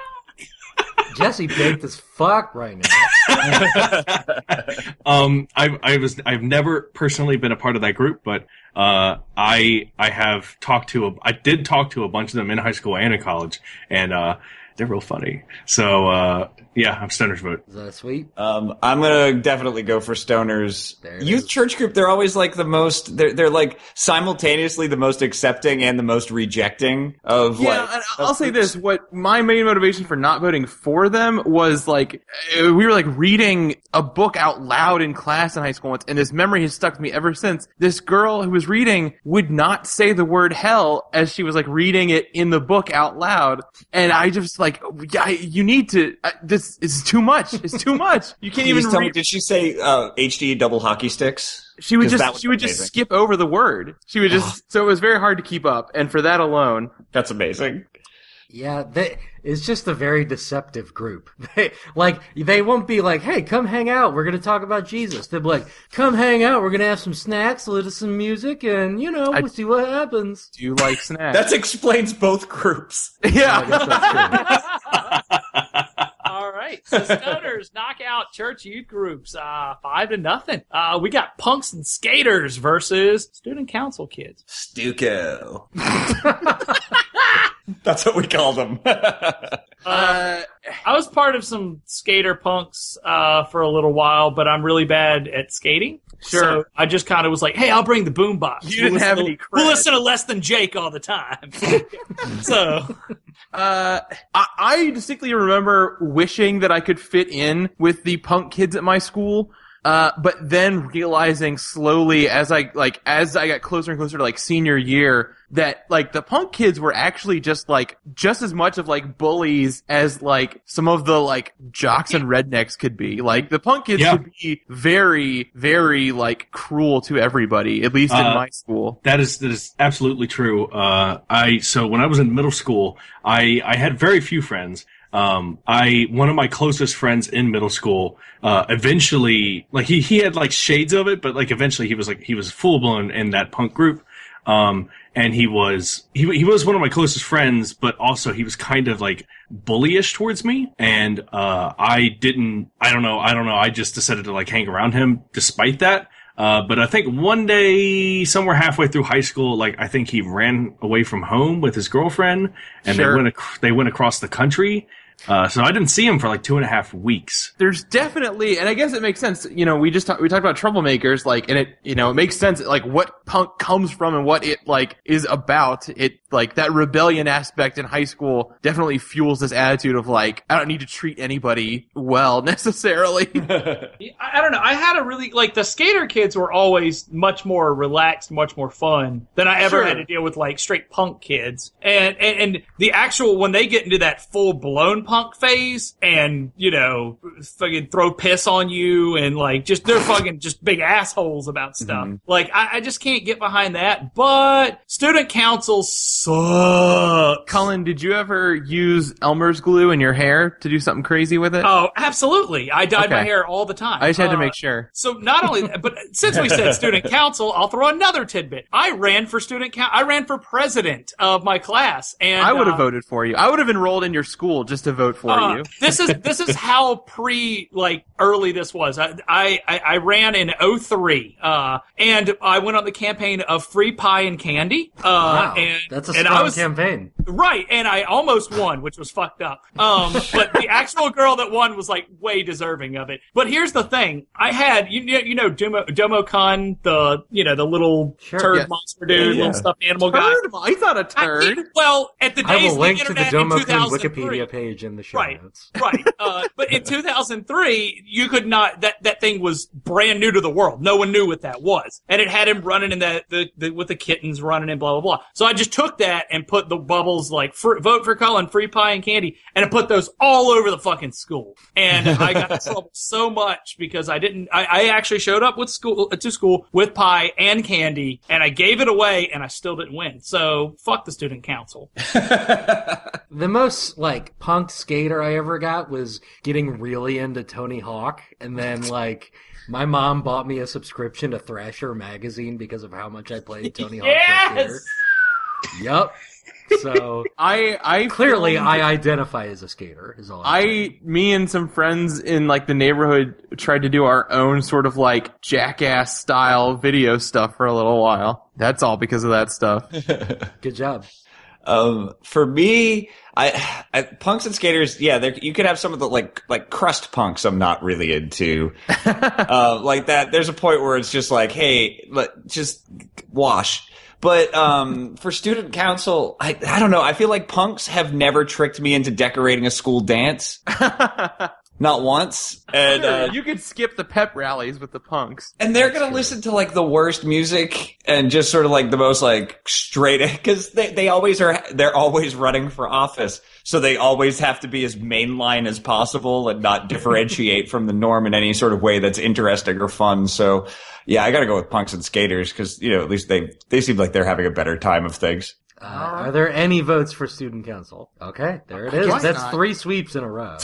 Speaker 4: Jesse baked as fuck right now.
Speaker 6: um I I was I've never personally been a part of that group, but uh I I have talked to a I did talk to a bunch of them in high school and in college, and uh they're real funny. So uh yeah, I'm stoner's vote.
Speaker 4: Is that sweet?
Speaker 7: Um, I'm gonna definitely go for stoners.
Speaker 4: There it
Speaker 7: Youth
Speaker 4: is.
Speaker 7: church group, they're always like the most. They're they're like simultaneously the most accepting and the most rejecting of
Speaker 5: Yeah,
Speaker 7: like.
Speaker 5: and I'll say this: what my main motivation for not voting for them was like uh, we were like reading a book out loud in class in high school once, and this memory has stuck with me ever since. This girl who was reading would not say the word hell as she was like reading it in the book out loud, and I just like, yeah, I- you need to. I, this is too much. It's too much.
Speaker 7: [LAUGHS]
Speaker 5: You can't
Speaker 7: Please
Speaker 5: even.
Speaker 7: tell me,
Speaker 5: read-
Speaker 7: did she say uh, HD double hockey sticks?
Speaker 5: she would
Speaker 7: 'Cause that
Speaker 5: just
Speaker 7: was
Speaker 5: she would
Speaker 7: amazing.
Speaker 5: just skip over the word. She would just so it was very hard to keep up, and for that alone,
Speaker 7: That's amazing.
Speaker 4: Yeah, they, it's just a very deceptive group. [LAUGHS] They, like they won't be like, "Hey, come hang out. We're gonna talk about Jesus." They'll be like, "Come hang out. We're gonna have some snacks, listen to some music, and you know,
Speaker 5: I-
Speaker 4: we'll see what happens."
Speaker 5: do
Speaker 7: [LAUGHS]
Speaker 5: you like snacks?
Speaker 7: That explains both groups.
Speaker 5: [LAUGHS] yeah.
Speaker 4: I guess that's true.
Speaker 3: All right. So stoners knock out church youth groups uh, five to nothing. Uh, we got punks and skaters versus student council kids.
Speaker 7: Stuco. [LAUGHS] That's what we call them. [LAUGHS]
Speaker 3: Uh, I was part of some skater punks uh, for a little while, but I'm really bad at skating.
Speaker 5: Sure.
Speaker 3: So I just kind of was like, hey, I'll bring the boombox.
Speaker 5: You didn't
Speaker 3: listen
Speaker 5: have
Speaker 3: to-
Speaker 5: any
Speaker 3: We'll
Speaker 5: cred.
Speaker 3: listen to less than Jake all the time. [LAUGHS] so
Speaker 5: Uh, I, I distinctly remember wishing that I could fit in with the punk kids at my school. Uh, but then realizing slowly as I, like, as I got closer and closer to, like, senior year, that, like, the punk kids were actually just, like, just as much of, like, bullies as, like, some of the, like, jocks and rednecks could be. Like, the punk kids
Speaker 6: Yeah.
Speaker 5: could be very, very, like, cruel to everybody, at least in
Speaker 6: Uh,
Speaker 5: my school.
Speaker 6: That is that is absolutely true. Uh, I so when I was in middle school, I I had very few friends. Um, I one of my closest friends in middle school. Uh, eventually, like he he had like shades of it, but like eventually he was like he was full blown in that punk group. Um, and he was he he was one of my closest friends, but also he was kind of like bullyish towards me, and uh, I didn't I don't know I don't know I just decided to like hang around him despite that. Uh, but I think one day, somewhere halfway through high school, like I think he ran away from home with his girlfriend, and
Speaker 5: Sure.
Speaker 6: they went ac- they went across the country, Uh, so I didn't see him for like two and a half weeks.
Speaker 5: there's definitely, and I guess it makes sense. You know, we just talk, we talked about troublemakers, like, and it, you know, it makes sense, like, what punk comes from and what it like is about. It like that rebellion aspect in high school definitely fuels this attitude of like, I don't need to treat anybody well [LAUGHS] necessarily.
Speaker 3: I, I don't know. I had a really like the skater kids were always much more relaxed, much more fun than I ever
Speaker 5: Sure.
Speaker 3: had to deal with like straight punk kids. And, and and the actual when they get into that full blown punk phase and you know fucking throw piss on you and like just they're fucking just big assholes about stuff.
Speaker 5: Mm-hmm.
Speaker 3: Like I, I just can't get behind that. But student council sucks.
Speaker 5: Colin, did you ever use Elmer's glue in your hair to do something crazy with it?
Speaker 3: Oh, absolutely! I dyed my
Speaker 5: Okay.
Speaker 3: hair all the time.
Speaker 5: I just had to
Speaker 3: Uh,
Speaker 5: make sure.
Speaker 3: So not only, but since we said student council, I'll throw another tidbit. I ran for student council. I ran for president of my class, and
Speaker 5: I would have
Speaker 3: uh,
Speaker 5: voted for you. I would have enrolled in your school just to vote for
Speaker 3: uh,
Speaker 5: you. [LAUGHS]
Speaker 3: this is this is how pre like early this was. I I, I I ran in 03, uh, and I went on the campaign of free pie and candy. Uh,
Speaker 4: [LAUGHS] Wow,
Speaker 3: and
Speaker 4: that's a
Speaker 3: and I
Speaker 4: strong
Speaker 3: was-
Speaker 4: campaign.
Speaker 3: Right, and I almost won, which was fucked up. Um, but the actual girl that won was like way deserving of it. But here's the thing: I had you know you know Domo DomoCon, the you know the little
Speaker 4: Sure,
Speaker 3: turd
Speaker 5: yes.
Speaker 3: monster dude,
Speaker 7: Yeah.
Speaker 3: little stuffed animal guy.
Speaker 5: Turd? He's not a
Speaker 3: I
Speaker 5: turd.
Speaker 3: think- well, at the
Speaker 4: I
Speaker 3: days
Speaker 4: will
Speaker 3: of
Speaker 4: link
Speaker 3: the
Speaker 4: to the
Speaker 3: internet in
Speaker 4: DomoCon
Speaker 3: 2003,
Speaker 4: Wikipedia page in the show
Speaker 3: Right.
Speaker 4: notes.
Speaker 3: right. Uh, but in 2003, you could not, that, that thing was brand new to the world. No one knew what that was. And it had him running in that, the, the, with the kittens running and blah, blah, blah. So I just took that and put the bubbles like, fr- vote for Colin, free pie and candy, and I put those all over the fucking school. And I got in trouble so much because I didn't, I, I actually showed up with school, uh, to school with pie and candy, and I gave it away and I still didn't win. So fuck the student council.
Speaker 4: The most like punk skater I ever got was getting really into Tony Hawk, and
Speaker 5: [LAUGHS]
Speaker 4: then like my mom bought me a subscription to Thrasher magazine because of how much I played Tony Hawk.
Speaker 3: Yes!
Speaker 4: Pro Skater. Yup.
Speaker 5: [LAUGHS]
Speaker 4: So
Speaker 5: I, I
Speaker 4: clearly,
Speaker 5: filmed-
Speaker 4: I identify as a skater. Is all I'm saying.
Speaker 5: I, me and some friends in like the neighborhood tried to do our own sort of like jackass style video stuff for a little while. That's all because of that
Speaker 6: [LAUGHS]
Speaker 5: stuff.
Speaker 4: Good job.
Speaker 7: Um, for me, I, I punks and skaters, yeah, there- you could have some of the like like crust punks. I'm not really into uh, like that. There's a point where it's just like, hey, let, just wash. But um, for student council, I, I don't know. I feel like punks have never tricked me into decorating a school dance, not once. And uh,
Speaker 5: you could skip the pep rallies with the punks.
Speaker 7: and they're gonna listen to like the worst music and just sort of like the most like straight [LAUGHS] because they, they always are they're always running for office so they always have to be as mainline as possible and not differentiate from the norm in any sort of way that's interesting or fun so yeah i gotta go with punks and skaters because you know at least they they seem like they're having a better time of things
Speaker 4: Uh, are there any votes for student council? Okay, there it is.
Speaker 5: guess
Speaker 4: That's
Speaker 5: not.
Speaker 4: three sweeps in a
Speaker 5: [LAUGHS]
Speaker 4: row.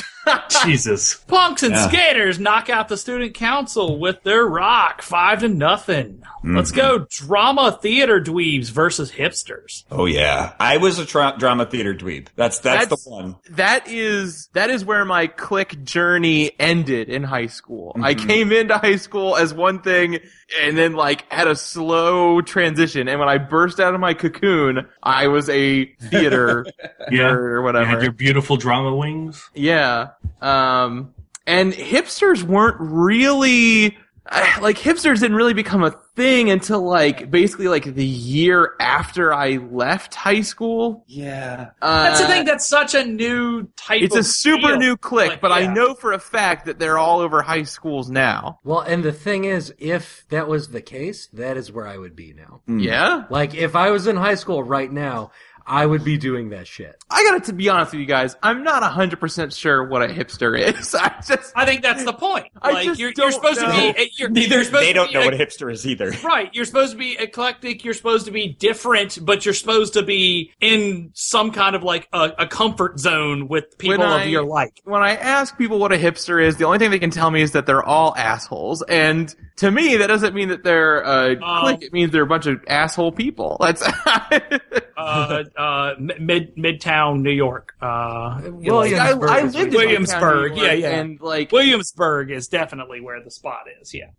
Speaker 6: Jesus.
Speaker 3: Punks and
Speaker 7: Yeah.
Speaker 3: skaters knock out the student council with their rock five to nothing. Let's go
Speaker 5: Mm-hmm.
Speaker 3: drama theater dweebs versus hipsters.
Speaker 7: oh yeah i was a tra- drama theater dweeb that's that's,
Speaker 5: That's-
Speaker 7: the one
Speaker 5: That is that is where my click journey ended in high school. I
Speaker 6: Mm-hmm.
Speaker 5: came into high school as one thing and then like had a slow transition and when I burst out of my cocoon, I was a theater
Speaker 6: [LAUGHS] Yeah.
Speaker 5: or
Speaker 6: You
Speaker 5: whatever.
Speaker 6: had your beautiful drama wings.
Speaker 5: Yeah. Um, and hipsters weren't really I- like hipsters didn't really become a thing until like basically like the year after I left high school.
Speaker 7: yeah
Speaker 5: Uh,
Speaker 3: That's the thing. That's such a new type.
Speaker 5: It's
Speaker 3: of
Speaker 5: a super
Speaker 3: feel.
Speaker 5: new click,
Speaker 3: Like,
Speaker 5: but I
Speaker 3: yeah.
Speaker 5: know for a fact that they're all over high schools now.
Speaker 4: Well, and the thing is, if that was the case, that is where I would be now.
Speaker 5: Yeah.
Speaker 4: Like, if I was in high school right now, I would be doing that shit.
Speaker 5: I got to be honest with you guys. I'm not 100% sure what a hipster is. [LAUGHS] I just
Speaker 3: I think that's the point.
Speaker 5: I
Speaker 3: Like
Speaker 5: just
Speaker 3: you're, you're
Speaker 5: don't
Speaker 3: supposed
Speaker 5: know.
Speaker 3: to be. You're,
Speaker 7: neither
Speaker 3: you're supposed
Speaker 7: they
Speaker 3: to
Speaker 7: don't
Speaker 3: be
Speaker 7: know
Speaker 3: a-
Speaker 7: what a hipster is either
Speaker 3: Right, you're supposed to be eclectic. You're supposed to be different, but you're supposed to be in some kind of like a, a comfort zone with people
Speaker 5: I-
Speaker 3: of your like.
Speaker 5: when I ask people what a hipster is, the only thing they can tell me is that they're all assholes. And to me, that doesn't mean that they're uh,
Speaker 3: Oh.
Speaker 5: clique. It means they're a bunch of asshole people. That's [LAUGHS]
Speaker 3: Uh, uh, mid Midtown New York. Uh,
Speaker 5: I, I
Speaker 4: is
Speaker 5: lived in
Speaker 4: what-
Speaker 3: Williamsburg,
Speaker 5: Midtown New York,
Speaker 3: yeah, yeah.
Speaker 5: and like
Speaker 3: Williamsburg is definitely where the spot is. Yeah.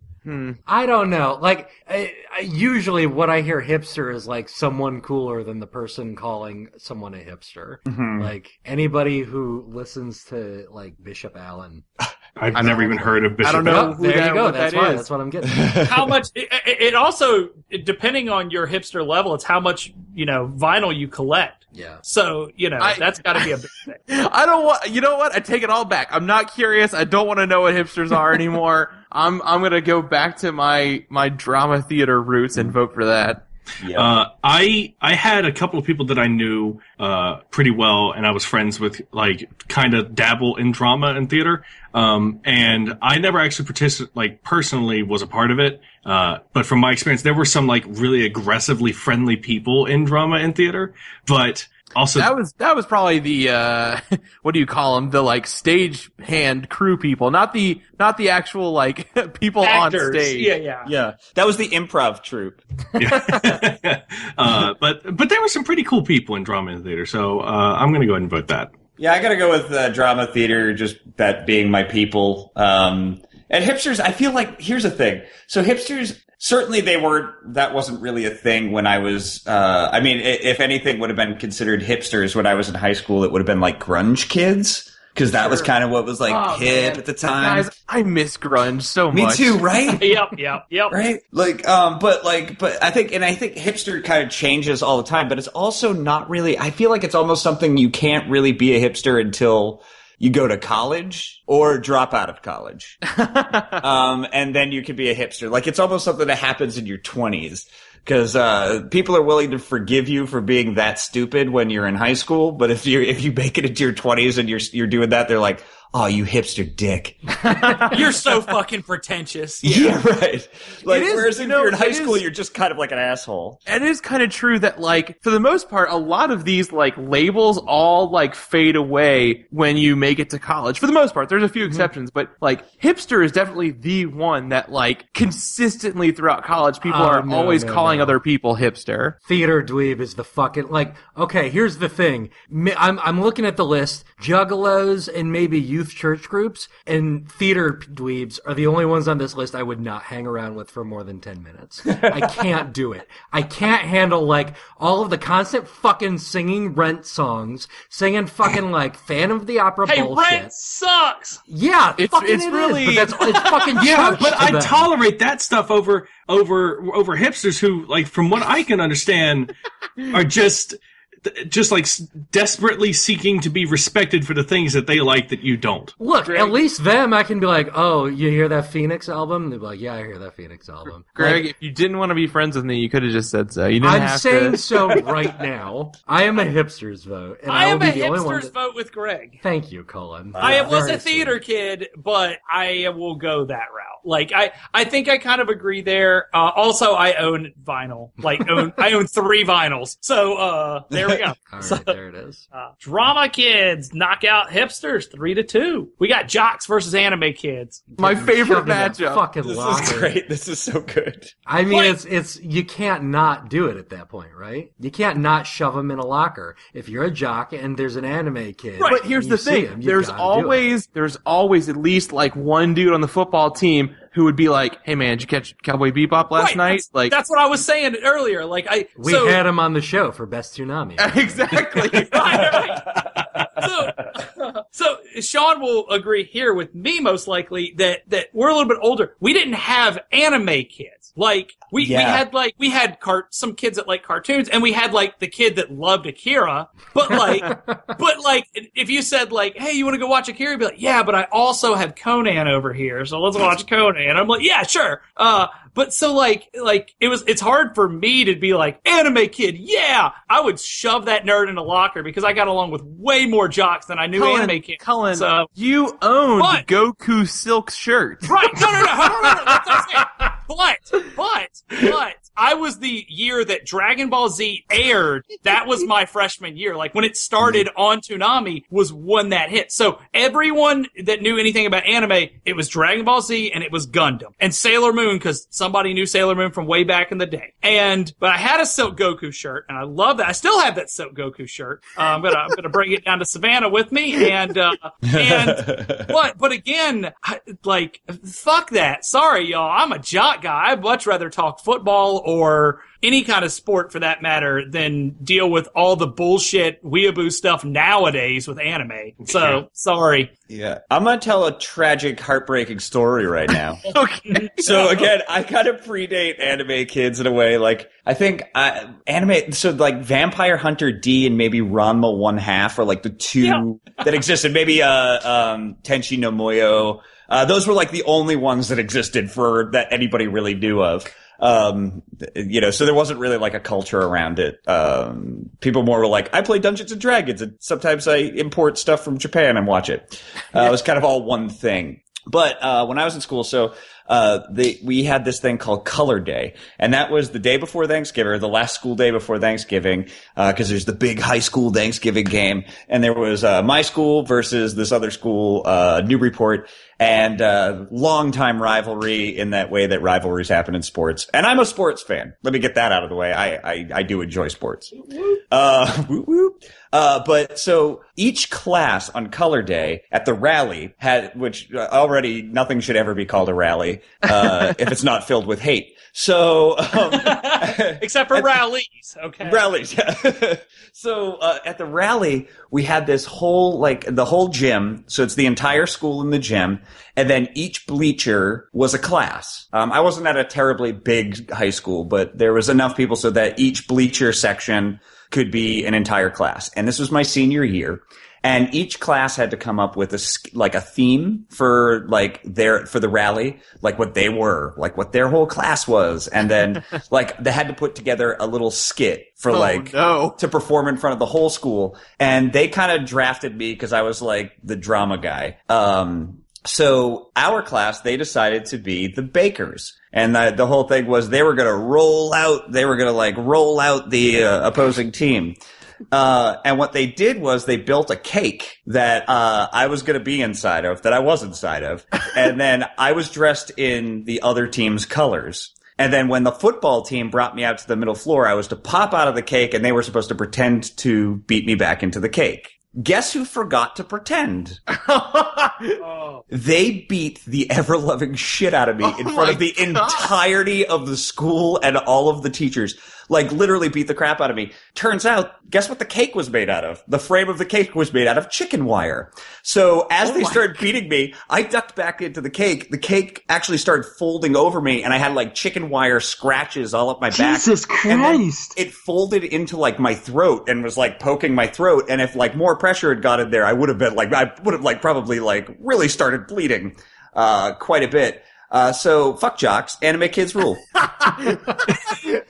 Speaker 4: I don't know. Like, I, I, usually what I hear hipster is like someone cooler than the person calling someone a hipster.
Speaker 5: Mm-hmm.
Speaker 4: Like anybody who listens to like Bishop Allen.
Speaker 6: I've never even heard of Bishop.
Speaker 5: I don't know.
Speaker 4: Oh,
Speaker 5: who
Speaker 4: there
Speaker 5: that-
Speaker 4: you go.
Speaker 5: what
Speaker 4: That's
Speaker 5: that
Speaker 4: why.
Speaker 5: is.
Speaker 4: That's what I'm getting.
Speaker 5: [LAUGHS]
Speaker 4: at.
Speaker 3: how much [LAUGHS] it, it it also depending on your hipster level it's how much you know vinyl you collect
Speaker 4: yeah.
Speaker 3: so you know
Speaker 5: I-
Speaker 3: that's got to be
Speaker 5: [LAUGHS]
Speaker 3: a big thing
Speaker 5: I don't want. You know what? I take it all back. I'm not curious. I don't want to know what hipsters are anymore.
Speaker 3: [LAUGHS]
Speaker 5: I'm I'm gonna go back to my my drama theater roots and vote for that.
Speaker 6: Uh, I I had a couple of people that I knew uh, pretty well, and I was friends with, like kind of dabble in drama and theater. Um, and I never actually participated, like personally, was a part of it. Uh, but from my experience, there were some like really aggressively friendly people in drama and theater, but also
Speaker 5: That was that was probably the uh, [LAUGHS] what do you call them? The like stage hand crew people, not the not the actual like [LAUGHS] people on
Speaker 3: actors
Speaker 5: stage.
Speaker 3: yeah [LAUGHS] yeah
Speaker 7: Yeah, that was the improv troupe.
Speaker 6: [LAUGHS] uh, but but there were some pretty cool people in drama and theater, so uh, I'm gonna go ahead and vote that.
Speaker 7: Yeah, I gotta go with uh, drama theater, just that being my people. Um, and hipsters, I feel like, here's the thing. So hipsters, certainly they were, that wasn't really a thing when I was, uh, I mean, i- if anything would have been considered hipsters when I was in high school, it would have been like grunge kids. Cause that was kind of what was like
Speaker 5: Oh,
Speaker 7: hip
Speaker 5: man.
Speaker 7: at the time.
Speaker 5: Guys, I miss grunge so
Speaker 7: Me
Speaker 5: much.
Speaker 7: too,
Speaker 5: [LAUGHS]
Speaker 7: right?
Speaker 3: yep yep yep
Speaker 4: [LAUGHS]
Speaker 7: right like um but like but i think and i think hipster kind of changes all the time but it's also not really i feel like it's almost something you can't really be a hipster until you go to college or drop out of college um and then you can be a hipster like it's almost something that happens in your 20s because uh, people are willing to forgive you for being that stupid when you're in high school, but if you if you make it into your 20s and you're you're doing that, they're like, "Oh, you hipster dick."
Speaker 3: you're so fucking pretentious
Speaker 7: Yeah, [LAUGHS] right. Like,
Speaker 5: It is-
Speaker 7: whereas if
Speaker 5: you know,
Speaker 7: you're in high
Speaker 5: it
Speaker 7: school,
Speaker 5: is-
Speaker 7: you're just kind of like an asshole.
Speaker 5: it is kind of true that like for the most part a lot of these like labels all like fade away when you make it to college for the most part there's a
Speaker 7: Mm-hmm.
Speaker 5: few exceptions but like hipster is definitely the one that like consistently throughout college people
Speaker 4: Oh,
Speaker 5: are
Speaker 4: no,
Speaker 5: always
Speaker 4: no,
Speaker 5: calling
Speaker 4: no.
Speaker 5: other people hipster
Speaker 4: Theater dweeb is the fucking like. Okay, here's the thing. Mi- I'm I'm looking at the list. Juggalos and maybe youth church groups and theater p- dweebs are the only ones on this list I would not hang around with for more than ten minutes. I can't do it. I can't handle like all of the constant fucking singing Rent songs, singing fucking like Fan of the Opera
Speaker 3: hey
Speaker 4: bullshit.
Speaker 3: rent sucks
Speaker 4: Yeah,
Speaker 5: It's-
Speaker 4: fucking
Speaker 5: it's
Speaker 4: it is,
Speaker 5: really-
Speaker 4: but that's it's fucking
Speaker 6: Yeah,
Speaker 4: church
Speaker 6: but
Speaker 4: to
Speaker 6: I
Speaker 4: them.
Speaker 6: tolerate that stuff over over over hipsters who, like, from what I can understand, are just just like s- desperately seeking to be respected for the things that they like that you don't.
Speaker 4: Look, at least them, I can be like, oh, you hear that Phoenix album? They'd be like, yeah, I hear that Phoenix album.
Speaker 5: greg
Speaker 4: Like,
Speaker 5: if you didn't want to be friends with me you could have just said so you didn't
Speaker 4: I'm
Speaker 5: have
Speaker 4: saying
Speaker 5: to
Speaker 4: so right now. I am a hipster's vote, and
Speaker 3: i
Speaker 4: I, will
Speaker 3: am a
Speaker 4: be the only one.
Speaker 3: hipster's
Speaker 4: That...
Speaker 3: vote with greg
Speaker 4: Thank you, Colin.
Speaker 3: I was
Speaker 4: Very
Speaker 3: a theater kid, but I will go that route. Like I, I think I kind of agree there. Uh, also, I own vinyl. Like own, I own three vinyls. So uh, there we go.
Speaker 4: sweet. All right, there it is.
Speaker 3: Uh, drama kids knock out hipsters three to two. We got jocks versus anime kids.
Speaker 5: [LAUGHS] my favorite
Speaker 4: Shoved in that
Speaker 5: matchup
Speaker 4: Fucking
Speaker 7: This is
Speaker 4: locker.
Speaker 7: great. This is so good.
Speaker 4: I mean,
Speaker 3: Like-
Speaker 4: it's it's you can't not do it at that point, right? You can't not shove them in a locker if you're a jock and there's an anime kid.
Speaker 3: Right.
Speaker 5: But here's
Speaker 4: and
Speaker 5: the
Speaker 4: you see
Speaker 5: thing:
Speaker 4: him, you
Speaker 5: there's
Speaker 4: gotta do it.
Speaker 5: always there's always at least like one dude on the football team who would be like, "Hey man, did you catch Cowboy Bebop last
Speaker 3: Right,
Speaker 5: night?"
Speaker 3: that's-
Speaker 5: like
Speaker 3: that's what I was saying earlier. Like I,
Speaker 4: we
Speaker 3: so, [LAUGHS]
Speaker 4: had him on the show for best tsunami.
Speaker 5: [LAUGHS]
Speaker 4: [LAUGHS]
Speaker 5: exactly.
Speaker 3: so, so Sean will agree here with me most likely that that we're a little bit older. We didn't have anime kids. Like we, we
Speaker 7: Yeah.
Speaker 3: had like we had car- some kids that like cartoons, and we had like the kid that loved Akira. But like, but like, if you said like, "Hey, you want to go watch Akira?" You'd be like, "Yeah," but I also have Conan over here, so let's watch Conan. I'm like, "Yeah, sure." Uh, but so like, like it was. It's hard for me to be like anime kid. Yeah, I would shove that nerd in a locker because I got along with way more jocks than I knew anime
Speaker 5: Cullen,
Speaker 3: kids.
Speaker 5: Cullen
Speaker 3: So-
Speaker 5: you own
Speaker 3: But-
Speaker 5: Goku silk shirt.
Speaker 3: Right. No, no, no. no, no, no, no, That's what I'm saying. But, but, but, I was the year that Dragon Ball Z aired. That was my freshman year. Like when it started on Toonami was when that hit. So everyone that knew anything about anime, it was Dragon Ball Z and it was Gundam and Sailor Moon because somebody knew Sailor Moon from way back in the day. And but I had a Silk Goku shirt and I love that. I still have that Silk Goku shirt. Uh, I'm gonna I'm gonna bring it down to Savannah with me and uh, and but but again, I, like fuck that. Sorry y'all, I'm a jock guy. I'd much rather talk football or any kind of sport for that matter than deal with all the bullshit weeaboo stuff nowadays with anime. So sorry.
Speaker 7: Yeah. I'm going to tell a tragic, heartbreaking story right now.
Speaker 5: [LAUGHS] Okay.
Speaker 7: so again, I kind of predate anime kids in a way. Like, I think uh, anime, so like Vampire Hunter D and maybe Ranma One Half are like the two [LAUGHS] that existed. Maybe, uh, um, Tenchi no Muyo. Uh, those were like the only ones that existed for that anybody really knew of. Um, th- you know, so there wasn't really like a culture around it. Um, people more were like, I play Dungeons and Dragons and sometimes I import stuff from Japan and watch it. Uh, it was kind of all one thing. But uh, when I was in school, so uh, they, we had this thing called Color Day, and that was the day before Thanksgiving, or the last school day before Thanksgiving, because there's the big high school Thanksgiving game, and there was uh, my school versus this other school, uh, Newburyport, and uh, longtime rivalry in that way that rivalries happen in sports. And I'm a sports fan. Let me get that out of the way. I I, I do enjoy sports. Uh, whoop, whoop. Uh, but so each class on color day at the rally had, which uh, already nothing should ever be called a rally, uh, if it's not filled with hate. So, um,
Speaker 3: Except for rallies. Okay.
Speaker 7: rallies. yeah. [LAUGHS] so uh, at the rally, we had this whole like the whole gym. So it's the entire school in the gym, and then each bleacher was a class. Um, I wasn't at a terribly big high school, but there was enough people so that each bleacher section could be an entire class. And this was my senior year. And each class had to come up with a sk- like a theme for like their for the rally, like what they were, like what their whole class was, and then like they had to put together a little skit for like
Speaker 5: no.
Speaker 7: to perform in front of the whole school. And they kind of drafted me because I was like the drama guy. Um, so our class, they decided to be the bakers. And the, the whole thing was they were going to roll out, they were going to like roll out the uh, opposing team. Uh, and what they did was they built a cake that, uh, I was going to be inside of, that I was inside of. And then I was dressed in the other team's colors. And then when the football team brought me out to the middle floor, I was to pop out of the cake and they were supposed to pretend to beat me back into the cake. Guess who forgot to pretend? They beat the ever loving shit out of me in front of the entirety of the school and all of the teachers. Like literally beat the crap out of me. Turns out, guess what the cake was made out of? The frame of the cake was made out of chicken wire. So as they started beating me, I ducked back into the cake. The cake actually started folding over me and I had like chicken wire scratches all up my back.
Speaker 1: Jesus
Speaker 7: And then
Speaker 1: Christ.
Speaker 7: It folded into like my throat and was like poking my throat. And if like more pressure had got in there, I would have been like, I would have like probably like really started bleeding, uh, quite a bit. Uh, so fuck jocks, anime kids
Speaker 6: [LAUGHS]
Speaker 7: rule.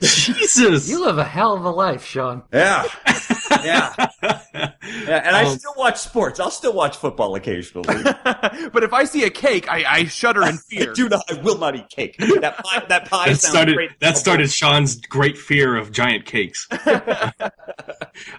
Speaker 6: Jesus.
Speaker 4: You live a hell of a life, Sean.
Speaker 7: yeah. Yeah. yeah. And
Speaker 6: Um,
Speaker 7: I still watch sports. I'll still watch football
Speaker 6: [LAUGHS]
Speaker 7: occasionally.
Speaker 5: [LAUGHS] but if I see a cake, I, I
Speaker 4: [LAUGHS]
Speaker 5: shudder in
Speaker 7: I
Speaker 5: fear.
Speaker 7: do not, I will not eat cake. That pie, that pie
Speaker 6: that
Speaker 7: sounds
Speaker 6: started
Speaker 7: great.
Speaker 6: that started Sean's great fear of giant cakes. uh,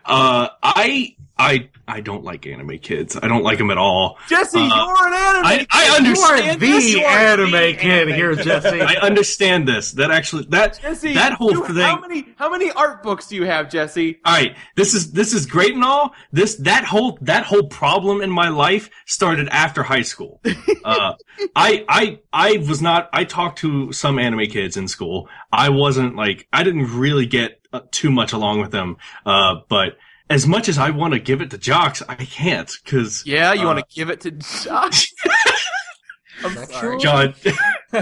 Speaker 6: I I I don't like anime kids. I don't like them at all.
Speaker 5: Jesse,
Speaker 6: Uh,
Speaker 5: you're an anime.
Speaker 6: I, I
Speaker 4: You are
Speaker 6: understand. this.
Speaker 4: the
Speaker 5: you are
Speaker 4: anime
Speaker 5: the
Speaker 4: kid
Speaker 5: anime
Speaker 4: here, Jesse.
Speaker 6: I understand this. That actually that
Speaker 5: Jesse,
Speaker 6: that whole
Speaker 5: you-
Speaker 6: thing.
Speaker 5: How many how many art books do you have, Jesse?
Speaker 6: all right, this is this is great and all. This that whole that whole problem in my life started after high school. Uh, I I I was not. I talked to some anime kids in school. I wasn't like I didn't really get uh, too much along with them. Uh, but as much as I want to give it to jocks, I can't because
Speaker 5: Yeah, you
Speaker 6: Uh,
Speaker 5: want to give it to [LAUGHS] Josh? I'm sorry.
Speaker 6: John John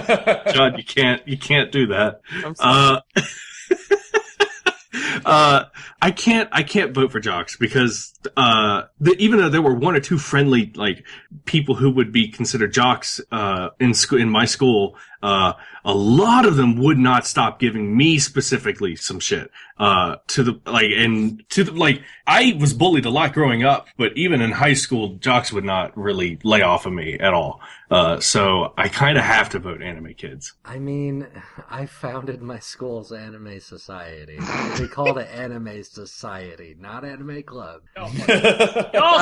Speaker 4: uh,
Speaker 6: you can't you can't do that.
Speaker 5: I'm sorry.
Speaker 6: [LAUGHS] Uh, uh, I can't I can't vote for jocks because uh the, even though there were one or two friendly like people who would be considered jocks uh in school in my school uh a lot of them would not stop giving me specifically some shit uh to the like and to the like I was bullied a lot growing up but even in high school jocks would not really lay off of me at all uh so I kind of have to vote anime kids
Speaker 4: I mean, I founded my school's anime society. We called it anime society, not anime club.
Speaker 3: Y'all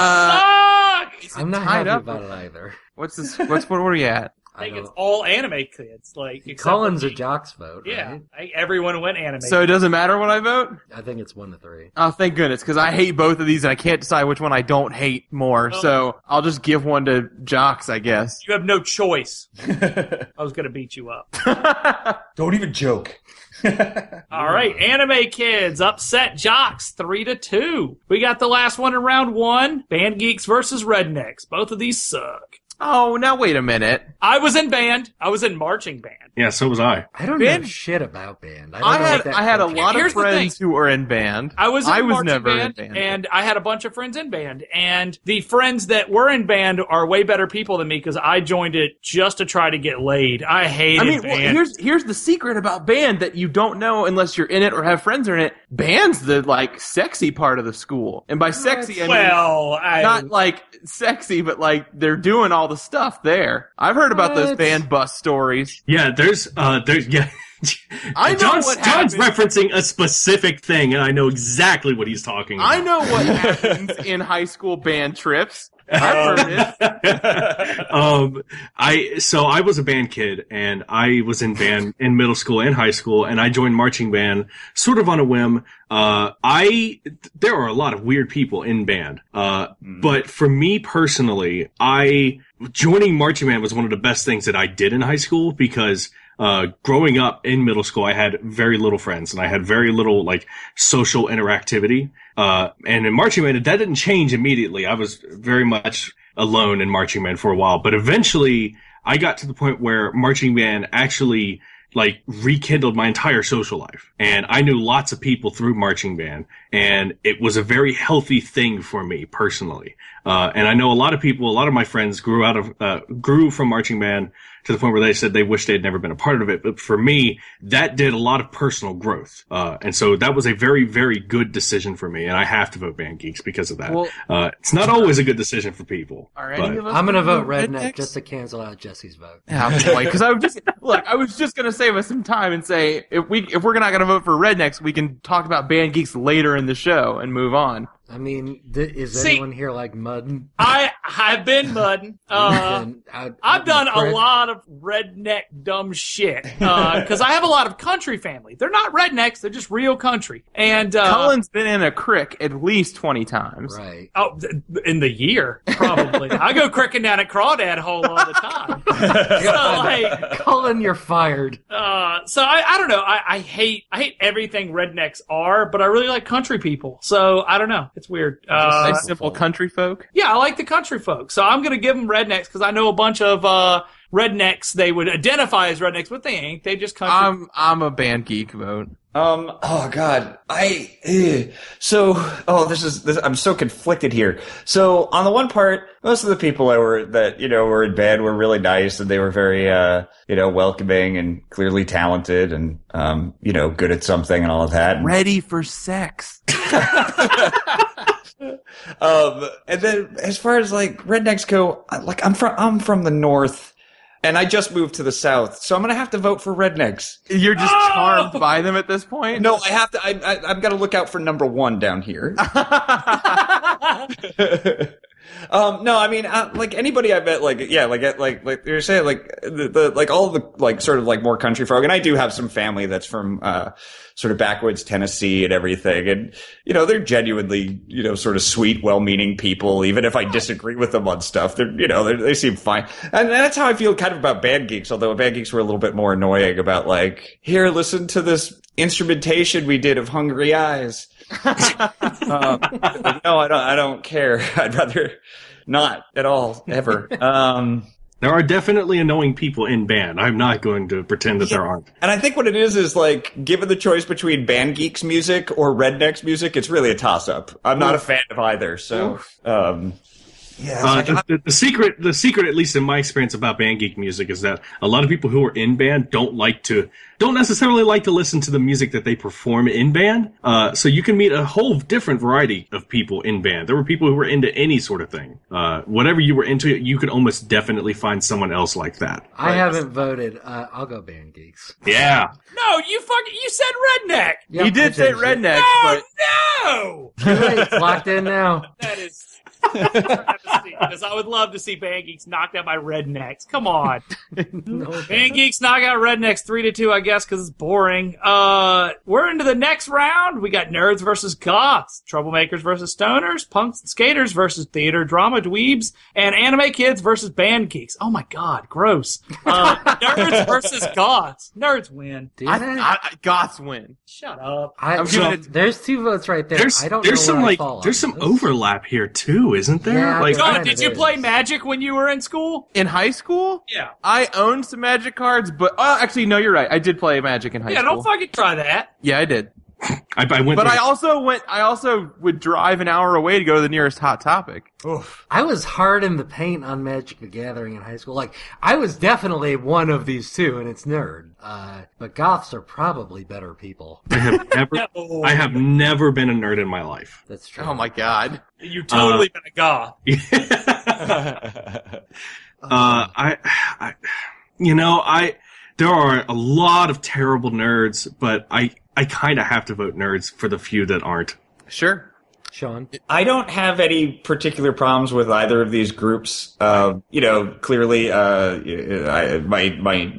Speaker 3: suck!
Speaker 4: I'm not
Speaker 5: tied
Speaker 4: happy
Speaker 5: up
Speaker 4: about
Speaker 5: with
Speaker 4: it either.
Speaker 5: What's this? What's what are
Speaker 4: [LAUGHS]
Speaker 5: you at?
Speaker 3: I think
Speaker 4: don't-
Speaker 3: it's all anime kids. Like except
Speaker 4: Collins
Speaker 3: for
Speaker 4: or
Speaker 3: me.
Speaker 4: Jocks vote,
Speaker 3: Yeah,
Speaker 4: right?
Speaker 3: I, everyone went anime.
Speaker 5: So it doesn't matter what I vote.
Speaker 4: I think it's one to three.
Speaker 5: Oh, thank goodness, because I hate both of these, and I can't decide which one I don't hate more. So I'll just give one to Jocks, I guess.
Speaker 3: you have no
Speaker 7: [LAUGHS]
Speaker 3: choice. I was gonna beat you up.
Speaker 7: Don't even joke. [LAUGHS]
Speaker 3: All right, anime kids upset jocks three to two. We got the last one in round one: band geeks versus rednecks. Both of these suck.
Speaker 5: Oh, now wait a minute.
Speaker 3: I was in band. I was in marching band.
Speaker 6: yeah so was I
Speaker 4: I don't
Speaker 5: Ben-
Speaker 4: know shit about band. I, don't
Speaker 5: I
Speaker 4: know
Speaker 5: had
Speaker 4: what that
Speaker 5: I had a
Speaker 4: culture-
Speaker 5: lot
Speaker 3: Here's
Speaker 5: of
Speaker 3: the
Speaker 5: friends who were in band.
Speaker 3: I was in
Speaker 5: I was
Speaker 3: marching
Speaker 5: never
Speaker 3: band,
Speaker 5: in band,
Speaker 3: and I had a bunch of friends in band. And the friends that were in band are way better people than me because I joined it just to try to get laid. I hated
Speaker 5: I mean, well,
Speaker 3: band.
Speaker 5: here's here's the secret about band that you don't know unless you're in it or have friends who are in it. Band's the like sexy part of the school, and by sexy I mean
Speaker 3: well, I,
Speaker 5: not like sexy, but like they're doing all the stuff there. I've heard about those
Speaker 4: What?
Speaker 5: band bus stories.
Speaker 6: yeah there's uh there's yeah
Speaker 5: I know
Speaker 6: John's,
Speaker 5: what
Speaker 6: John's
Speaker 5: happened.
Speaker 6: referencing a specific thing, and I know exactly what he's talking about.
Speaker 5: I know what happens in high school band trips. I've
Speaker 6: Uh,
Speaker 5: heard it.
Speaker 6: [LAUGHS] um, I so I was a band kid, and I was in band in middle school and high school, and I joined marching band sort of on a whim. Uh, I there are a lot of weird people in band, uh, but for me personally, I joining marching band was one of the best things that I did in high school because. Uh, growing up in middle school, I had very little friends and I had very little like social interactivity. Uh, and in marching band, that didn't change immediately. I was very much alone in marching band for a while, but eventually I got to the point where marching band actually like rekindled my entire social life. And I knew lots of people through marching band and it was a very healthy thing for me personally. Uh, and I know a lot of people, a lot of my friends grew out of, uh, grew from marching band to the point where they said they wish they had never been a part of it. But for me, that did a lot of personal growth. Uh, and so that was a very, very good decision for me. And I have to vote band geeks because of that.
Speaker 5: Well-
Speaker 6: uh, it's not always a good decision for people.
Speaker 5: Are
Speaker 6: but-
Speaker 5: any of us
Speaker 4: I'm gonna vote
Speaker 5: rednecks?
Speaker 4: redneck just to cancel out Jesse's vote.
Speaker 5: Oh boy, because I was just look, I was just gonna save us some time and say if we if we're not gonna vote for rednecks, we can talk about band geeks later in the show and move on.
Speaker 4: I mean, th- is
Speaker 3: See-
Speaker 4: anyone here like Mudden?
Speaker 3: I have been mudding. Uh,
Speaker 4: Then I-
Speaker 3: I've done a
Speaker 4: Fred-
Speaker 3: lot of redneck dumb shit because I have a lot of country family. They're not rednecks; they're just real country. And uh,
Speaker 5: Cullen's been in a crick at least twenty times.
Speaker 4: Right.
Speaker 3: oh, th- in the year probably. I go cricking down at Crawdad Hole all the time. so like,
Speaker 4: Colin, you're fired.
Speaker 3: Uh, so I, I don't know. I, I hate I hate everything rednecks are, but I really like country people. So I don't know. It's weird. Uh,
Speaker 5: Nice simple country folk.
Speaker 3: yeah, I like the country folk. So I'm gonna give them rednecks because I know a bunch of uh, rednecks. They would identify as rednecks, but they ain't. They just country.
Speaker 5: I'm I'm a band geek vote.
Speaker 7: Um. Oh God. I. eh. So. Oh, this is. This, I'm so conflicted here. So on the one part, most of the people that were that you know were in band were really nice and they were very uh you know welcoming and clearly talented and um you know good at something and all of that. And,
Speaker 5: Ready for sex.
Speaker 7: um. And then as far as like rednecks go, I- like I'm from I'm from the north. And I just moved to the south, so I'm gonna have to vote for rednecks.
Speaker 5: You're just charmed by them at this point.
Speaker 7: No, I have to. I, I, I've got to look out for number one down here. [LAUGHS] um, no, I mean, uh, like anybody I've met, like yeah, like like like you're saying, like the, the like all the like sort of like more country folk, and I do have some family that's from uh, sort of backwoods Tennessee and everything, and you know they're genuinely you know sort of sweet, well-meaning people, even if I disagree with them on stuff. They're you know they're, they seem fine, and that's how I feel kind of about band geeks. Although band geeks were a little bit more annoying about like here, listen to this instrumentation we did of Hungry Eyes. Um, [LAUGHS] no, I don't. I don't care. I'd rather not at all ever. Um,
Speaker 6: There are definitely annoying people in band. I'm not going to pretend that there aren't.
Speaker 7: And I think what it is is like, given the choice between band geeks music or rednecks music, it's really a toss up. I'm not a fan of either, so um, yeah.
Speaker 6: Uh, the, the, the secret, the secret, at least in my experience about band geek music, is that a lot of people who are in band don't like to, don't necessarily like to listen to the music that they perform in band. Uh, so you can meet a whole different variety of people in band. There were people who were into any sort of thing. Uh, whatever you were into, you could almost definitely find someone else like that.
Speaker 4: I haven't voted. Uh, I'll go band geeks.
Speaker 6: Yeah.
Speaker 3: No, you fucking you said redneck.
Speaker 4: Yep,
Speaker 5: he did
Speaker 4: I
Speaker 5: say
Speaker 4: changed it.
Speaker 5: redneck,
Speaker 3: Oh
Speaker 5: but
Speaker 3: no!
Speaker 4: Too late. It's locked in
Speaker 5: [LAUGHS]
Speaker 4: now.
Speaker 3: That is. Because I would love to see band geeks knocked out by rednecks. Come on,
Speaker 4: No.
Speaker 3: band geeks knock out rednecks three to two, I guess, because it's boring. Uh, we're into the next round. We got nerds versus goths, troublemakers versus stoners, punks and skaters versus theater drama dweebs, and anime kids versus band geeks. Oh my god, gross! Uh, nerds versus goths. Nerds win.
Speaker 4: Do
Speaker 5: I,
Speaker 4: they?
Speaker 5: I, I, Goths win.
Speaker 3: Shut up.
Speaker 4: I-
Speaker 5: I'm giving it-
Speaker 4: There's two votes right there.
Speaker 6: There's
Speaker 4: I don't
Speaker 6: there's
Speaker 4: know
Speaker 6: some
Speaker 4: where I
Speaker 6: like
Speaker 4: fall on
Speaker 6: there's some
Speaker 4: this.
Speaker 6: overlap here too, isn't there?
Speaker 4: Yeah,
Speaker 6: like
Speaker 4: there
Speaker 3: God,
Speaker 4: Kinda
Speaker 3: did you
Speaker 4: is.
Speaker 3: play Magic when you were in school?
Speaker 5: In high school,
Speaker 3: Yeah.
Speaker 5: I owned some magic cards, but oh, actually, no, you're right. I did play magic in high
Speaker 3: Yeah,
Speaker 5: school.
Speaker 3: don't fucking try that.
Speaker 5: yeah, I did.
Speaker 6: I, I went.
Speaker 5: But
Speaker 6: through-
Speaker 5: I also went. I also would drive an hour away to go to the nearest Hot Topic.
Speaker 4: I was hard in the paint on Magic the Gathering in high school. Like, I was definitely one of these two, and it's nerd. Uh, but goths are probably better people. [LAUGHS]
Speaker 6: I have never.
Speaker 3: No.
Speaker 6: I have never been a nerd in my life. [LAUGHS]
Speaker 4: That's true.
Speaker 5: Oh my god!
Speaker 3: You totally been a goth.
Speaker 7: um,
Speaker 6: Uh, I, I, you know, I there are a lot of terrible nerds, but I I kind of have to vote nerds for the few that aren't.
Speaker 5: Sure.
Speaker 4: Sean.
Speaker 7: I don't have any particular problems with either of these groups. Um, you know, clearly, uh, I, my my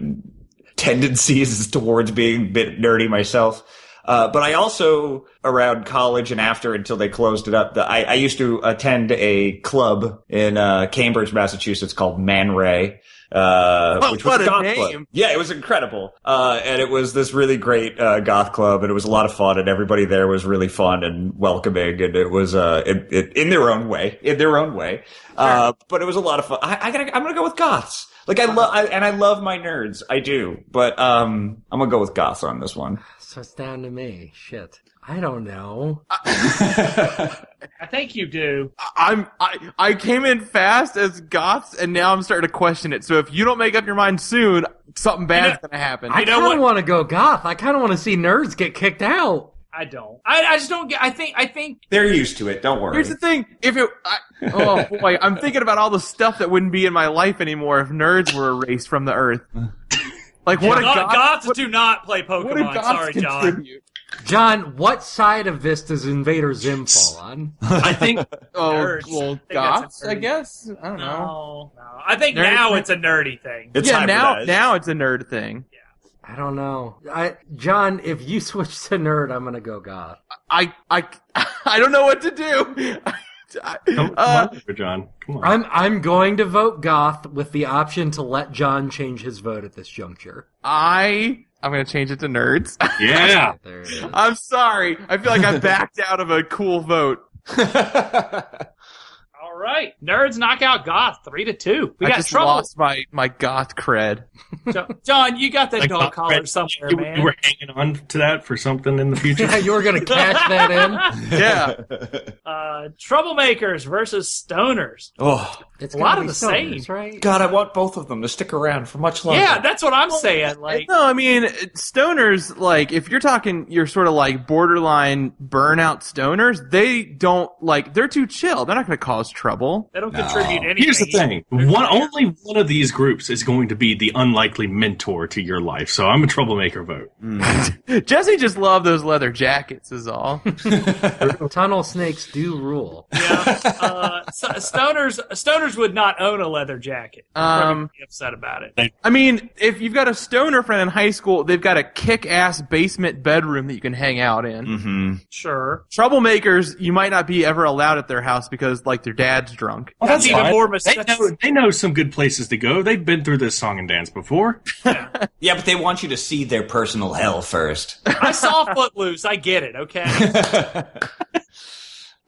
Speaker 7: tendencies is towards being a bit nerdy myself. Uh, but I also, around college and after until they closed it up, the, I, I used to attend a club in uh, Cambridge, Massachusetts called Man Ray. Uh,
Speaker 5: Oh,
Speaker 7: which
Speaker 5: what
Speaker 7: was
Speaker 5: a
Speaker 7: goth
Speaker 5: name.
Speaker 7: club. Yeah, it was incredible. Uh, and it was this really great uh, goth club, and it was a lot of fun, and everybody there was really fun and welcoming, and it was uh, it, it, in their own way, in their own way. Uh, but it was a lot of fun. I, I gotta, I'm gonna go with goths. Like I love, I, and I love my nerds, I do. But um, I'm gonna go with goths on this one.
Speaker 4: So it's down to me. Shit. I don't know.
Speaker 5: Uh,
Speaker 3: I think you do.
Speaker 5: I- I'm. I I came in fast as Goths, and now I'm starting to question it. So if you don't make up your mind soon, something bad's
Speaker 3: know-
Speaker 5: gonna happen.
Speaker 4: I
Speaker 3: know
Speaker 4: kind
Speaker 3: what-
Speaker 4: of want to go goth. I kind of want to see nerds get kicked out.
Speaker 3: I don't. I, I just don't get. I think. I think.
Speaker 7: They're used to it. Don't worry.
Speaker 5: Here's the thing: if it, I,
Speaker 7: [LAUGHS]
Speaker 5: oh boy, I'm thinking about all the stuff that wouldn't be in my life anymore if nerds were erased from
Speaker 7: [LAUGHS]
Speaker 5: the earth. Like what?
Speaker 3: What
Speaker 5: a goth,
Speaker 3: Oh, goths
Speaker 5: what,
Speaker 3: do not play
Speaker 5: what do
Speaker 3: Pokemon.
Speaker 5: goths
Speaker 3: Sorry, [LAUGHS] John.
Speaker 5: contribute?
Speaker 4: John, what side of this does Invader Zim fall on?
Speaker 6: I think
Speaker 5: Oh,
Speaker 3: Nerds. I
Speaker 5: well,
Speaker 3: think that's
Speaker 5: goths,
Speaker 3: a
Speaker 5: I
Speaker 3: nerd.
Speaker 5: guess. I don't know.
Speaker 3: No, no. I think
Speaker 5: Nerds
Speaker 3: now
Speaker 5: play-
Speaker 3: it's a nerdy thing.
Speaker 7: it's
Speaker 5: yeah, now
Speaker 7: hybridized.
Speaker 5: now it's a nerd thing.
Speaker 4: I don't know. I, John, if you [LAUGHS] switch to nerd, I'm going to go goth.
Speaker 5: I I [LAUGHS] I don't know what to do. [LAUGHS] I-
Speaker 6: come,
Speaker 5: uh,
Speaker 6: come on, John. Come on.
Speaker 4: I'm I'm going to vote goth with the option to let John change his vote at this juncture.
Speaker 5: I I'm gonna change it to nerds. [LAUGHS]
Speaker 6: yeah.
Speaker 4: There it is.
Speaker 5: I'm sorry. I feel
Speaker 7: [LAUGHS]
Speaker 5: like I backed out of a cool vote.
Speaker 3: All right, nerds knock out goth three to two. We
Speaker 5: I
Speaker 3: got
Speaker 5: just
Speaker 3: trouble.
Speaker 5: lost my my goth cred.
Speaker 3: Jo- John, you got that
Speaker 6: Like,
Speaker 3: dog
Speaker 6: goth
Speaker 3: collar
Speaker 6: cred.
Speaker 3: somewhere,
Speaker 6: You,
Speaker 3: man.
Speaker 6: you were hanging on to that for something
Speaker 4: [LAUGHS]
Speaker 6: in the future.
Speaker 4: Yeah, you were
Speaker 3: [LAUGHS]
Speaker 4: gonna cash that
Speaker 7: [LAUGHS]
Speaker 4: in.
Speaker 5: Yeah.
Speaker 3: uh, troublemakers versus stoners.
Speaker 7: oh
Speaker 4: It's
Speaker 3: A
Speaker 4: gotta
Speaker 3: lot of
Speaker 4: be
Speaker 3: the
Speaker 4: stoners,
Speaker 3: same.
Speaker 4: right?
Speaker 7: God, I want both of them to stick around for much longer.
Speaker 3: Yeah, that's what I'm saying. Like,
Speaker 5: no, I mean stoners. Like, if you're talking, you're sort of like borderline burnout stoners. They don't like. They're too chill. They're not going to cause trouble.
Speaker 3: they don't contribute anything.
Speaker 6: Here's the thing: one only one of these groups is going to be the unlikely mentor to your life. So I'm a troublemaker vote.
Speaker 4: Mm.
Speaker 5: Jesse just loved those leather jackets.
Speaker 3: [LAUGHS]
Speaker 5: Is all.
Speaker 4: Tunnel snakes do rule.
Speaker 3: Yeah. Uh, so- stoners stoners would not own a leather jacket. They'd probably
Speaker 5: Um,
Speaker 3: be upset about it.
Speaker 5: I mean, if you've got a stoner friend in high school, they've got a kick-ass basement bedroom that you can hang out in.
Speaker 7: Mm-hmm.
Speaker 3: Sure.
Speaker 5: Troublemakers, you might not be ever allowed at their house because like their dad's drunk.
Speaker 6: Well,
Speaker 3: that's even more mis-
Speaker 6: They
Speaker 3: that's-
Speaker 6: know, they know some good places to go. They've been through this song and dance before.
Speaker 7: Yeah, but they want you to see their personal hell first.
Speaker 5: [LAUGHS]
Speaker 3: I saw Footloose. I get it. Okay.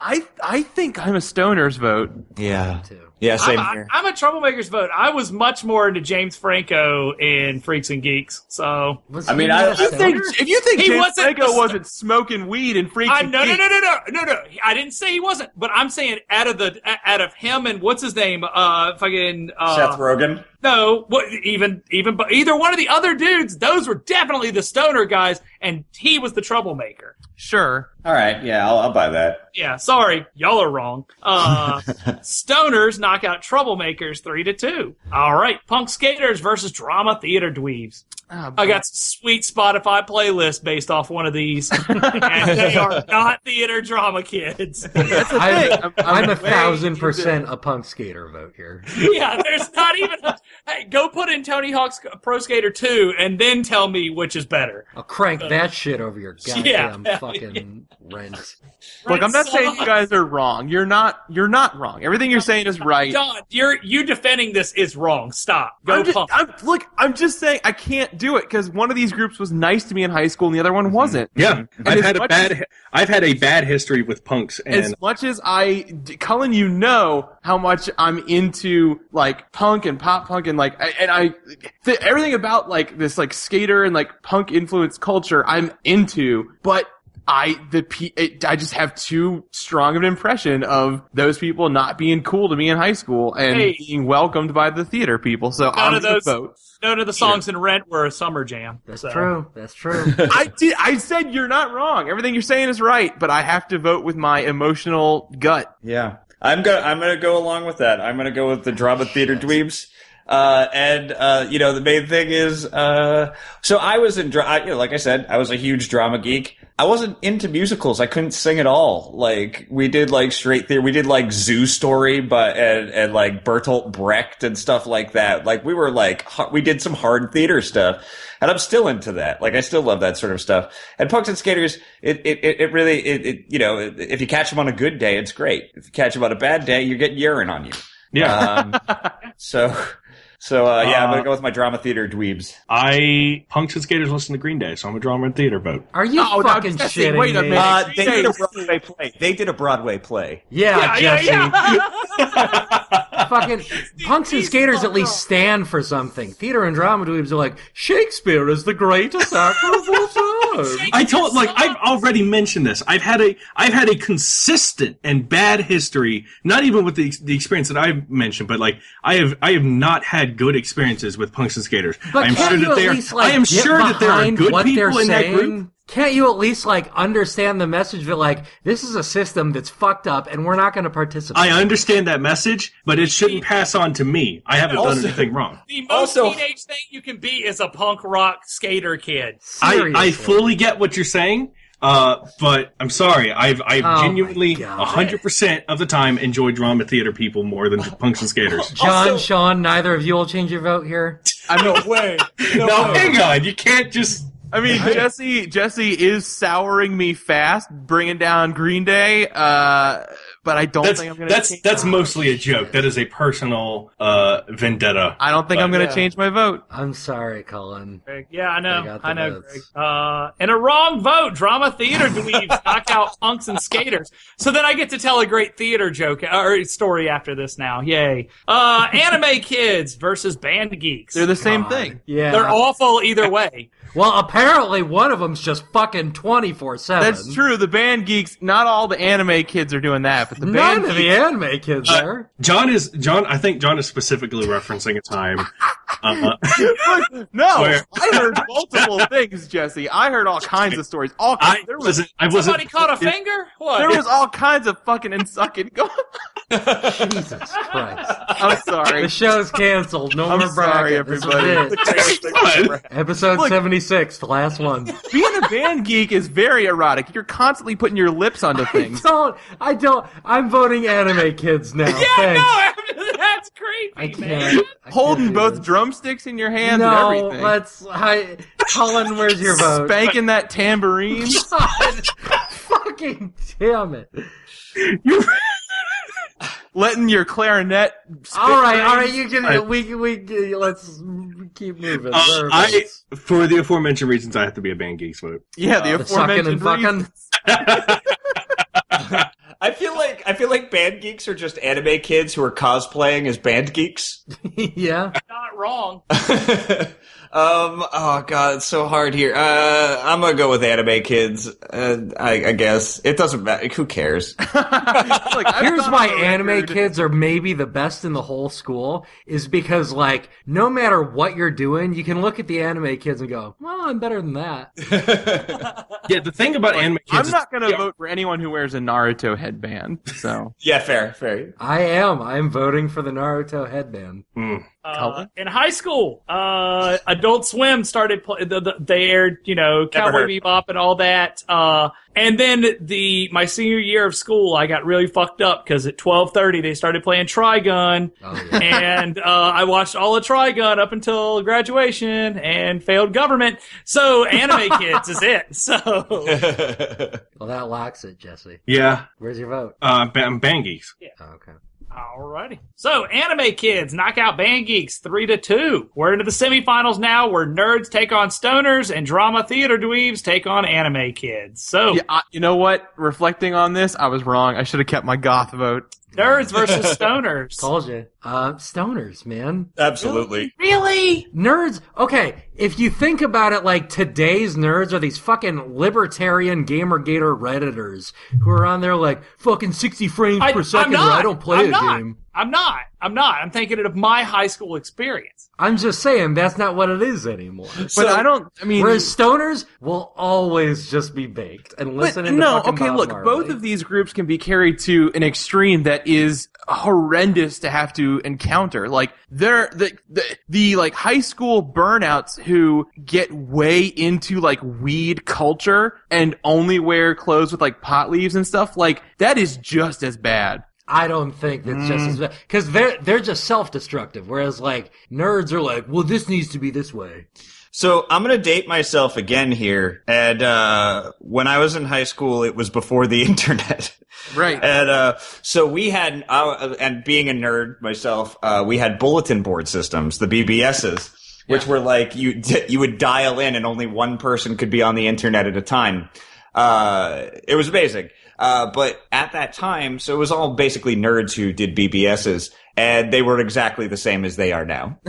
Speaker 5: I I think I'm a stoner's vote.
Speaker 7: yeah.
Speaker 4: Too.
Speaker 7: Yeah, same
Speaker 3: I'm,
Speaker 7: here.
Speaker 3: I'm a troublemaker's vote. I was much more into James Franco in Freaks and Geeks, so
Speaker 4: Was
Speaker 7: I
Speaker 4: he
Speaker 7: mean, I-
Speaker 4: a
Speaker 7: I think-
Speaker 4: stoner?
Speaker 5: If you think
Speaker 3: He
Speaker 5: James
Speaker 3: wasn't
Speaker 5: Franco
Speaker 3: the st-
Speaker 5: wasn't smoking weed and freaking,
Speaker 3: I no no no no no no no. I didn't say he wasn't, but I'm saying out of the out of him and what's his name, uh, fucking uh,
Speaker 7: Seth Rogen.
Speaker 3: No, what, even even but either one of the other dudes, those were definitely the stoner guys, and he was the troublemaker.
Speaker 5: sure,
Speaker 7: All right, yeah, I'll, I'll buy that.
Speaker 3: Yeah, sorry, y'all are wrong. Uh, stoners knock out troublemakers three to two. All right, punk skaters versus drama theater dweebs.
Speaker 5: Oh,
Speaker 3: I got some sweet Spotify playlist based off one of these, and they are not theater drama kids. [LAUGHS]
Speaker 4: I'm,
Speaker 5: I'm-
Speaker 4: I'm a
Speaker 5: way
Speaker 4: thousand
Speaker 5: into-
Speaker 4: percent a punk skater vote here.
Speaker 3: yeah, there's not even. A, hey, go put in Tony Hawk's Pro Skater two, and then tell me which is better.
Speaker 4: I'll crank that shit over your
Speaker 3: [LAUGHS] yeah,
Speaker 4: goddamn
Speaker 3: yeah. [LAUGHS]
Speaker 4: fucking rent.
Speaker 5: Look, I'm not
Speaker 3: Right,
Speaker 5: saying
Speaker 3: so-
Speaker 5: you guys are wrong. You're not. You're not wrong. Everything you're saying is right.
Speaker 3: Don, you're you defending this is wrong. Stop. Go
Speaker 5: I'm just,
Speaker 3: punk.
Speaker 5: I'm, look, I'm just saying I can't do it because one of these groups was nice to me in high school and the other one wasn't.
Speaker 6: Mm-hmm. Yeah,
Speaker 5: as
Speaker 6: I've had a
Speaker 5: much
Speaker 6: bad. I've had a bad history with punks, and
Speaker 5: as much as I, d- Cullen, you know how much I'm into like punk and pop punk and like, I- and I, th- everything about like this like skater and like punk influence culture I'm into, but I, the, pe- it, I just have too strong of an impression of those people not being cool to me in high school and
Speaker 3: Hey.
Speaker 5: being welcomed by the theater people. So I'm
Speaker 3: of
Speaker 5: gonna
Speaker 3: those-
Speaker 5: vote.
Speaker 3: None of the songs in Rent were a summer jam.
Speaker 4: That's
Speaker 3: so.
Speaker 4: true. That's true.
Speaker 5: [LAUGHS]
Speaker 3: [LAUGHS]
Speaker 5: I did. I said you're not wrong. Everything you're saying is right, but I have to vote with my emotional gut.
Speaker 7: Yeah, I'm gonna I'm gonna go along with that. I'm gonna go with the drama theater dweebs. Uh, and uh, you know the main thing is, uh, so I was in dra- I- you know, like I said, I was a huge drama geek. I wasn't into musicals. I couldn't sing at all. Like we did like straight theater. We did like Zoo Story, but and and like Bertolt Brecht and stuff like that. Like we were like ha- we did some hard theater stuff, and I'm still into that. Like I still love that sort of stuff. And punks and skaters, it it it, it really it, it you know if you catch them on a good day, it's great. If you catch them on a bad day, you're getting urine on you.
Speaker 6: yeah,
Speaker 7: [LAUGHS] Um, so so uh, yeah, I'm
Speaker 6: Uh,
Speaker 7: gonna go with my drama theater dweebs.
Speaker 6: I punks and skaters listen to Green Day, so I'm a drama and theater vote.
Speaker 4: Are you
Speaker 5: Oh, no,
Speaker 4: fucking
Speaker 5: Jesse,
Speaker 4: shitting
Speaker 5: wait a
Speaker 4: me?
Speaker 5: minute.
Speaker 7: Uh, they
Speaker 5: Jesse.
Speaker 7: did a Broadway play. They did a Broadway play.
Speaker 4: yeah,
Speaker 3: Yeah, yeah,
Speaker 4: Ah, Jesse. [LAUGHS]
Speaker 3: yeah.
Speaker 4: fucking punks and
Speaker 3: These
Speaker 4: skaters at least
Speaker 3: fuckers.
Speaker 4: stand for something. Theater and drama dweebs are like Shakespeare is the greatest actor of all time.
Speaker 6: I told like I've already mentioned this. I've had a I've had a consistent and bad history. Not even with the the experience that I've mentioned, but like I have I have not had good experiences with punks and skaters.
Speaker 4: But
Speaker 6: I am
Speaker 4: can't
Speaker 6: sure
Speaker 4: you
Speaker 6: that
Speaker 4: at
Speaker 6: they are.
Speaker 4: least, like,
Speaker 6: I am
Speaker 4: get
Speaker 6: sure that there are
Speaker 4: behind
Speaker 6: good
Speaker 4: what they're
Speaker 6: people in that
Speaker 4: saying?
Speaker 6: group.
Speaker 4: Can't you at least like understand the message that like this is a system that's fucked up and we're not going to participate?
Speaker 6: I understand that message, but it shouldn't pass on to me. I haven't
Speaker 7: Also-
Speaker 6: done anything wrong.
Speaker 3: the most
Speaker 7: Also-
Speaker 3: teenage thing you can be is a punk rock skater kid.
Speaker 6: I, I
Speaker 4: Seriously.
Speaker 6: fully get what you're saying, uh, but I'm sorry. I've I've
Speaker 4: Oh my
Speaker 6: genuinely
Speaker 4: God.
Speaker 6: 100% of the time enjoyed drama theater people more than punks and skaters. [LAUGHS]
Speaker 4: John,
Speaker 7: Also-
Speaker 4: Sean, neither of you will change your vote here.
Speaker 5: I mean,
Speaker 7: way.
Speaker 6: no, hang on. You can't just.
Speaker 5: I mean, Jesse, Jesse is souring me fast, bringing down Green Day. Uh, but I don't
Speaker 6: That's
Speaker 5: think I'm gonna.
Speaker 6: that's
Speaker 5: change-
Speaker 6: that's mostly a joke. That is a personal uh, vendetta.
Speaker 5: I don't think I'm gonna
Speaker 3: Yeah.
Speaker 5: change my vote.
Speaker 4: I'm sorry, Colin.
Speaker 3: Greg. Yeah, I
Speaker 4: I
Speaker 3: know.
Speaker 4: got the
Speaker 3: I, know, Greg.
Speaker 4: votes.
Speaker 3: Uh, and a wrong vote. Drama theater dweebs knock out punks and skaters. So then I get to tell a great theater joke or story after this now. Yay. Uh, anime kids versus band geeks.
Speaker 5: They're the same
Speaker 4: God.
Speaker 5: thing.
Speaker 4: Yeah.
Speaker 3: They're awful either way.
Speaker 4: well, apparently one of them's just fucking 24 7.
Speaker 5: That's true. The band geeks. Not all the anime kids are doing that, but the
Speaker 4: None
Speaker 5: band
Speaker 4: of
Speaker 5: geeks.
Speaker 4: the anime kids
Speaker 6: Uh,
Speaker 4: are.
Speaker 6: John is John. I think John is specifically referencing a time. Uh,
Speaker 5: [LAUGHS] no,
Speaker 6: Where-
Speaker 5: I heard
Speaker 6: [LAUGHS]
Speaker 5: multiple things, Jesse. I heard all kinds of stories. All
Speaker 6: I
Speaker 5: there was
Speaker 6: wasn't. I wasn't.
Speaker 3: Somebody
Speaker 6: [LAUGHS]
Speaker 3: caught a finger? What?
Speaker 5: there was all kinds of fucking and sucking going.
Speaker 4: Jesus Christ.
Speaker 5: [LAUGHS] I'm sorry.
Speaker 6: [LAUGHS]
Speaker 4: The show's canceled. No
Speaker 5: I'm
Speaker 4: more
Speaker 5: sorry,
Speaker 4: bracket. This is
Speaker 5: everybody.
Speaker 4: it.
Speaker 6: Come on.
Speaker 4: Episode
Speaker 5: Look-
Speaker 4: 76, the last one.
Speaker 5: Being a band geek is very erotic. You're constantly putting your lips onto
Speaker 4: I
Speaker 5: things.
Speaker 4: don't. I don't. I'm voting anime kids now.
Speaker 3: [LAUGHS] yeah,
Speaker 4: Thanks.
Speaker 3: no, [LAUGHS] that's creepy,
Speaker 4: I
Speaker 3: man.
Speaker 4: can't. I
Speaker 5: Holding
Speaker 4: can't do
Speaker 5: both
Speaker 4: this.
Speaker 5: drumsticks in your hands
Speaker 4: No,
Speaker 5: and everything.
Speaker 4: let's. Hi, Colin, where's your vote?
Speaker 5: Spanking
Speaker 4: [LAUGHS]
Speaker 5: that tambourine.
Speaker 4: God, fucking damn it.
Speaker 5: letting your clarinet. spit
Speaker 4: All right,
Speaker 5: rings.
Speaker 4: all right, you can.
Speaker 6: All right.
Speaker 4: We we let's keep moving.
Speaker 6: Uh,
Speaker 4: Where are we?
Speaker 6: I, for the aforementioned reasons, I have to be a band geeks vote.
Speaker 5: Yeah, the
Speaker 4: the sucking and
Speaker 5: aforementioned
Speaker 4: fucking.
Speaker 5: reasons.
Speaker 7: I feel like I feel like band geeks are just anime kids who are cosplaying as band geeks.
Speaker 4: [LAUGHS] yeah.
Speaker 3: Not wrong.
Speaker 7: [LAUGHS] Um, oh god, it's so hard here. Uh, I'm gonna go with anime kids. Uh, I, I guess it doesn't matter. Who cares?
Speaker 5: [LAUGHS] Like, I've
Speaker 4: Here's
Speaker 5: gone
Speaker 4: why
Speaker 5: on
Speaker 4: anime
Speaker 5: record-
Speaker 4: kids are maybe the best in the whole school is because like no matter what you're doing, you can look at the anime kids and go, "Well, I'm better than [LAUGHS] that."
Speaker 6: Yeah, the thing about anime kids,
Speaker 5: I'm
Speaker 6: is-
Speaker 5: not going to
Speaker 6: yeah,
Speaker 5: vote for anyone who wears a Naruto headband.
Speaker 4: [LAUGHS]
Speaker 5: So
Speaker 7: [LAUGHS] yeah, fair, fair.
Speaker 4: I am. I am voting for the Naruto headband.
Speaker 3: Uh,
Speaker 5: Colin?
Speaker 3: in high school, uh, Adult Swim started. Pl- the, the, they aired, you know, Cowboy
Speaker 7: heard.
Speaker 3: Bebop and all that. Uh, and then the my senior year of school, I got really fucked up because at twelve thirty they started playing Trigun,
Speaker 4: Oh, yeah.
Speaker 3: and uh, I watched all of Trigun up until graduation and failed government. So anime kids is it. So
Speaker 4: well, that locks it, Jesse.
Speaker 6: yeah,
Speaker 4: Where's your vote?
Speaker 6: uh, bam, bang geeks.
Speaker 4: Oh, okay.
Speaker 3: Alrighty. So, anime kids knock out band geeks three to two. We're into the semifinals now, where nerds take on stoners and drama theater dweebs take on anime kids. So,
Speaker 5: yeah, I, you know what? Reflecting on this, I was wrong. I should have kept my goth vote.
Speaker 4: [LAUGHS]
Speaker 3: nerds versus stoners.
Speaker 4: Told you. Uh, stoners, man.
Speaker 7: Absolutely.
Speaker 3: really?
Speaker 4: Nerds. Okay, if you think about it, like today's nerds are these fucking libertarian gamer gator redditors who are on there like fucking sixty frames
Speaker 3: I,
Speaker 4: per
Speaker 3: am
Speaker 4: second. or
Speaker 3: not.
Speaker 4: I don't play
Speaker 3: I'm
Speaker 4: a
Speaker 3: not.
Speaker 4: game.
Speaker 3: I'm not. I'm not. I'm thinking of my high school experience.
Speaker 4: I'm just saying that's not what it is anymore.
Speaker 5: But I don't. I mean,
Speaker 4: Whereas stoners will always just be baked and
Speaker 5: but
Speaker 4: listen.
Speaker 5: no. Okay, look, both of these groups can be carried to an extreme that is horrendous to have to encounter. Like they're the the, the like high school burnouts who get way into like weed culture and only wear clothes with like pot leaves and stuff. Like that is just as bad.
Speaker 4: I don't think that's
Speaker 3: Mm.
Speaker 4: just as bad because they're they're just self destructive. Whereas like nerds are like, well, this needs to be this way.
Speaker 7: So I'm gonna date myself again here. And uh, when I was in high school, it was before the [LAUGHS] internet.
Speaker 5: Right.
Speaker 7: And uh, so we had, uh, and being a nerd myself, uh, we had bulletin board systems, the BBSs, which were like you [LAUGHS] you would dial in, and only one person could be on the internet at a time. Uh, it was amazing. Uh, but at that time, so it was all basically nerds who did BBSs, and they were exactly the same as they are
Speaker 4: [LAUGHS]
Speaker 7: now.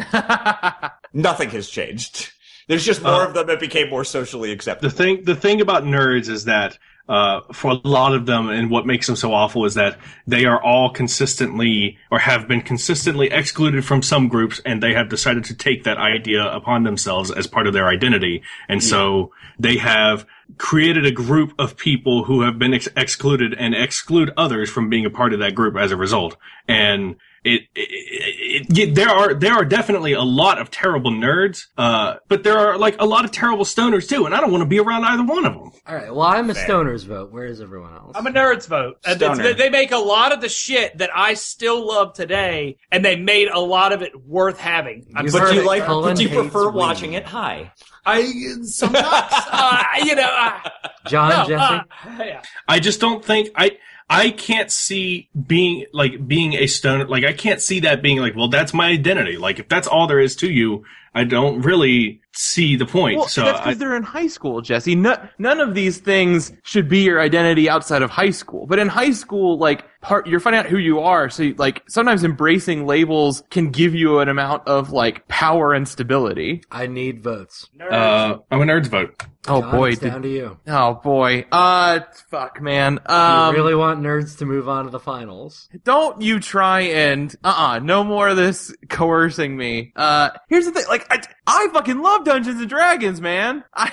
Speaker 7: Nothing has changed. There's just
Speaker 4: Uh,
Speaker 7: more of them that became more socially
Speaker 6: The
Speaker 7: accepted.
Speaker 6: thing, the thing about nerds is that uh, for a lot of them, and what makes them so awful is that they are all consistently or have been consistently excluded from some groups, and they have decided to take that idea upon themselves as part of their identity, and so they have created a group of people who have been ex- excluded and exclude others from being a part of that group as a result, and. It, it, it, it there are there are definitely a lot of terrible nerds, uh, but there are like a lot of terrible stoners too, and I don't want to be around either one of them.
Speaker 4: All right. Well, I'm a stoners vote. Where is everyone else?
Speaker 3: I'm a nerds vote. And it's-
Speaker 7: Stoner.
Speaker 3: They make a lot of the shit that I still love today, and they made a lot of it worth having. I'm
Speaker 4: [LAUGHS] You
Speaker 3: sorry.
Speaker 7: But do you
Speaker 4: Perfect.
Speaker 7: like?
Speaker 4: Cullen
Speaker 7: Do you
Speaker 4: hates
Speaker 7: prefer
Speaker 4: weed.
Speaker 7: watching it high?
Speaker 3: I sometimes, uh, you know, uh,
Speaker 4: John
Speaker 3: no,
Speaker 4: Jesse.
Speaker 3: uh, yeah.
Speaker 6: I just don't think I I can't see being like being a stoner like I can't see that being like well that's my identity like if that's all there is to you I don't really see the point
Speaker 5: Well,
Speaker 6: so
Speaker 5: that's
Speaker 6: I,
Speaker 5: because they're in high school, Jesse. No, none of these things should be your identity outside of high school. But in high school, like part, you're finding out who you are. So, you- like, sometimes embracing labels can give you an amount of like power and stability.
Speaker 4: I need votes.
Speaker 6: uh, I'm a nerds vote
Speaker 5: Oh
Speaker 4: John,
Speaker 5: boy,
Speaker 4: it's
Speaker 5: did-
Speaker 4: down to you.
Speaker 5: oh boy. Uh, fuck, man.
Speaker 4: You
Speaker 5: Um,
Speaker 4: really want nerds to move on to the finals?
Speaker 5: don't you try and uh-uh no more of this coercing me uh here's the thing like i, I fucking love dungeons and dragons man [LAUGHS] i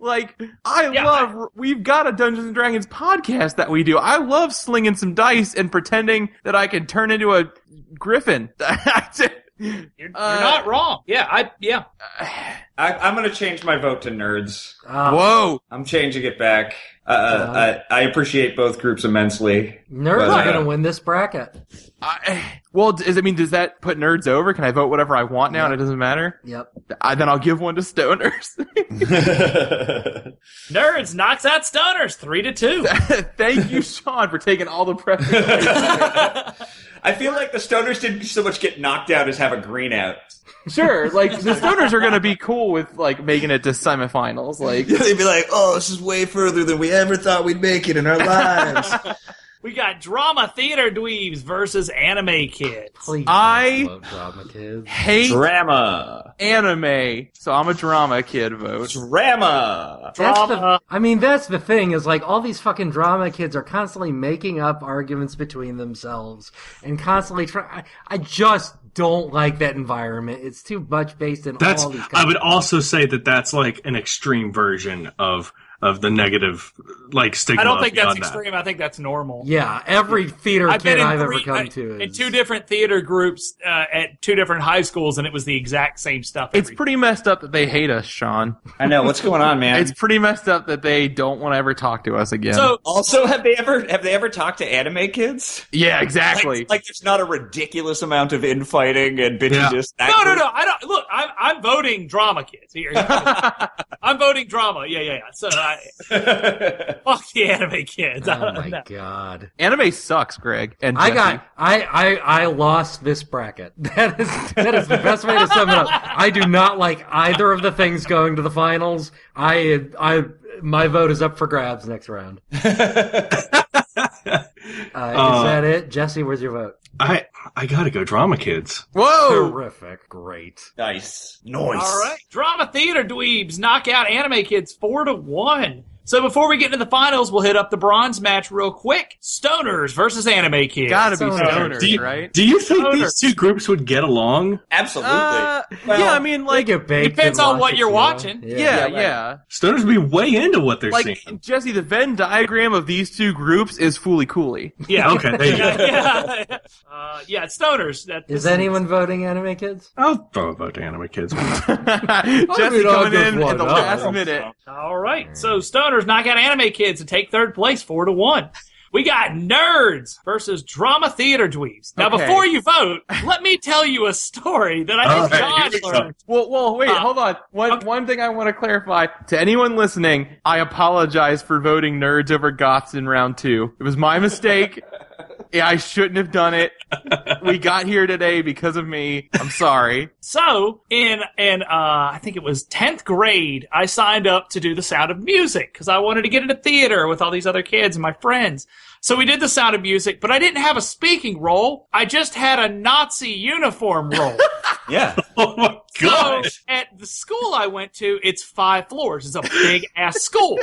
Speaker 5: like i
Speaker 3: Yeah,
Speaker 5: love we've got a dungeons and dragons podcast that we do i love slinging some dice and pretending that i can turn into a griffin [LAUGHS]
Speaker 3: You're, you're
Speaker 5: Uh,
Speaker 3: not wrong. Yeah, I yeah.
Speaker 7: I, I'm going to change my vote to nerds.
Speaker 4: Uh,
Speaker 5: whoa
Speaker 7: I'm changing it back. Uh, uh, I, I appreciate both groups [LAUGHS] immensely.
Speaker 4: nerds
Speaker 7: Right.
Speaker 4: are going to win this bracket.
Speaker 5: I, well does i mean does that put nerds over can i vote whatever i want now and it doesn't matter
Speaker 4: Yep.
Speaker 5: I, then i'll give one to stoners [LAUGHS]
Speaker 3: Nerds knocks out stoners three to two.
Speaker 5: thank you sean for taking all the prep
Speaker 7: [LAUGHS] I feel like the stoners didn't so much get knocked out as have a green out.
Speaker 5: Sure, like
Speaker 4: [LAUGHS]
Speaker 5: the Stoners are gonna be cool with like making it to semifinals. Like
Speaker 7: They'd be like, "Oh, this is way further than we ever thought we'd make it in our lives."
Speaker 3: We got drama theater dweebs versus anime kids.
Speaker 4: Please,
Speaker 5: I-
Speaker 4: don't love drama kids.
Speaker 5: Hate
Speaker 7: Drama.
Speaker 5: anime, so I'm a drama kid vote.
Speaker 7: Drama.
Speaker 4: That's
Speaker 3: Drama.
Speaker 4: the, I mean, that's the thing is like all these fucking drama kids are constantly making up arguments between themselves and constantly trying. I just don't like that environment. It's too much based in
Speaker 6: That's.
Speaker 4: all these.
Speaker 6: I would
Speaker 4: concepts.
Speaker 6: also say that that's like an extreme version of of the negative, like stigma.
Speaker 3: I don't think that's
Speaker 6: beyond that.
Speaker 3: extreme. I think that's normal.
Speaker 4: Yeah, every theater
Speaker 3: I've
Speaker 4: kid
Speaker 3: been in
Speaker 4: I've
Speaker 3: three-
Speaker 4: ever
Speaker 3: I-
Speaker 4: come to
Speaker 3: in
Speaker 4: is
Speaker 3: two different theater groups uh, at two different high schools, and it was the exact same stuff.
Speaker 5: It's
Speaker 3: every-
Speaker 5: pretty messed up that they hate us, Sean.
Speaker 7: I know what's going on, man.
Speaker 5: It's pretty messed up that they don't want to ever talk to us again.
Speaker 3: so.
Speaker 7: also, have they ever have they ever talked to anime kids?
Speaker 5: yeah,
Speaker 7: Like,
Speaker 5: exactly.
Speaker 7: like there's not a ridiculous amount of infighting and bitchy
Speaker 6: Yeah.
Speaker 7: just
Speaker 3: No, no, no! I don't look. I'm, I'm voting drama kids here. I'm voting drama. Yeah, yeah, yeah. So I, fuck the anime kids. I
Speaker 4: Oh
Speaker 3: don't
Speaker 4: my
Speaker 3: know.
Speaker 4: god.
Speaker 5: anime sucks, Greg. And
Speaker 4: I
Speaker 5: Jesse.
Speaker 4: got I, I I lost this bracket. [LAUGHS] That is that is the best way to sum it up. I do not like either of the things going to the finals. I I my vote is up for grabs next round. uh, is that it, Jesse? Where's your vote?
Speaker 6: I I gotta go drama kids.
Speaker 3: Oh.
Speaker 5: Whoa!
Speaker 4: Terrific, great.
Speaker 7: [LAUGHS] Nice. Noise.
Speaker 3: All right. Drama theater dweebs knock out anime kids four to one. So before we get into the finals, we'll hit up the bronze match real quick. Stoners versus anime kids.
Speaker 5: Gotta be
Speaker 4: Stoners.
Speaker 5: stoners,
Speaker 6: Do you,
Speaker 5: right?
Speaker 6: do you think
Speaker 3: Voters.
Speaker 6: these two groups would get along?
Speaker 7: Absolutely.
Speaker 5: Uh, yeah, I mean,
Speaker 4: They
Speaker 5: like,
Speaker 4: get baked
Speaker 3: depends
Speaker 4: and
Speaker 3: on what
Speaker 4: watch
Speaker 3: you're
Speaker 4: it, you know?
Speaker 3: watching.
Speaker 5: yeah,
Speaker 7: right.
Speaker 5: yeah.
Speaker 6: Stoners would be way into what they're
Speaker 5: Like
Speaker 6: seeing.
Speaker 5: Jesse, the Venn diagram of these two groups is fooly [LAUGHS] cooly.
Speaker 3: Yeah.
Speaker 6: [LAUGHS] Okay, there
Speaker 5: [LAUGHS]
Speaker 6: you go.
Speaker 3: yeah. [LAUGHS] Uh, yeah, stoners. That,
Speaker 4: Is
Speaker 3: this
Speaker 4: anyone voting anime kids?
Speaker 6: I'll throw a vote to anime kids. [LAUGHS]
Speaker 5: Jesse
Speaker 4: mean, I'll
Speaker 5: coming
Speaker 4: just
Speaker 5: in at
Speaker 4: one
Speaker 5: the
Speaker 4: up.
Speaker 5: last minute.
Speaker 3: All right. So stoners knock out anime kids and take third place four to one. We got nerds versus drama theater dweebs. Now,
Speaker 5: Okay.
Speaker 3: before you vote, let me tell you a story that I
Speaker 6: All
Speaker 3: think
Speaker 6: right, here we
Speaker 3: John
Speaker 6: go.
Speaker 3: learned.
Speaker 5: Well, well, wait,
Speaker 3: Uh,
Speaker 5: hold on. One,
Speaker 3: okay.
Speaker 5: one thing I want to clarify to anyone listening: I apologize for voting nerds over goths in round two. It was
Speaker 3: [LAUGHS]
Speaker 5: my mistake. Yeah, I shouldn't have done it. We got here today because of me. I'm sorry.
Speaker 3: So in in uh, I think it was tenth grade, I signed up to do the Sound of Music because I wanted to get into theater with all these other kids and my friends. So we did the Sound of Music, but I didn't have a speaking role. I just had a Nazi uniform role.
Speaker 7: Yeah.
Speaker 6: oh my
Speaker 3: So
Speaker 6: gosh!
Speaker 3: at the school I went to, it's five floors. It's a big ass school.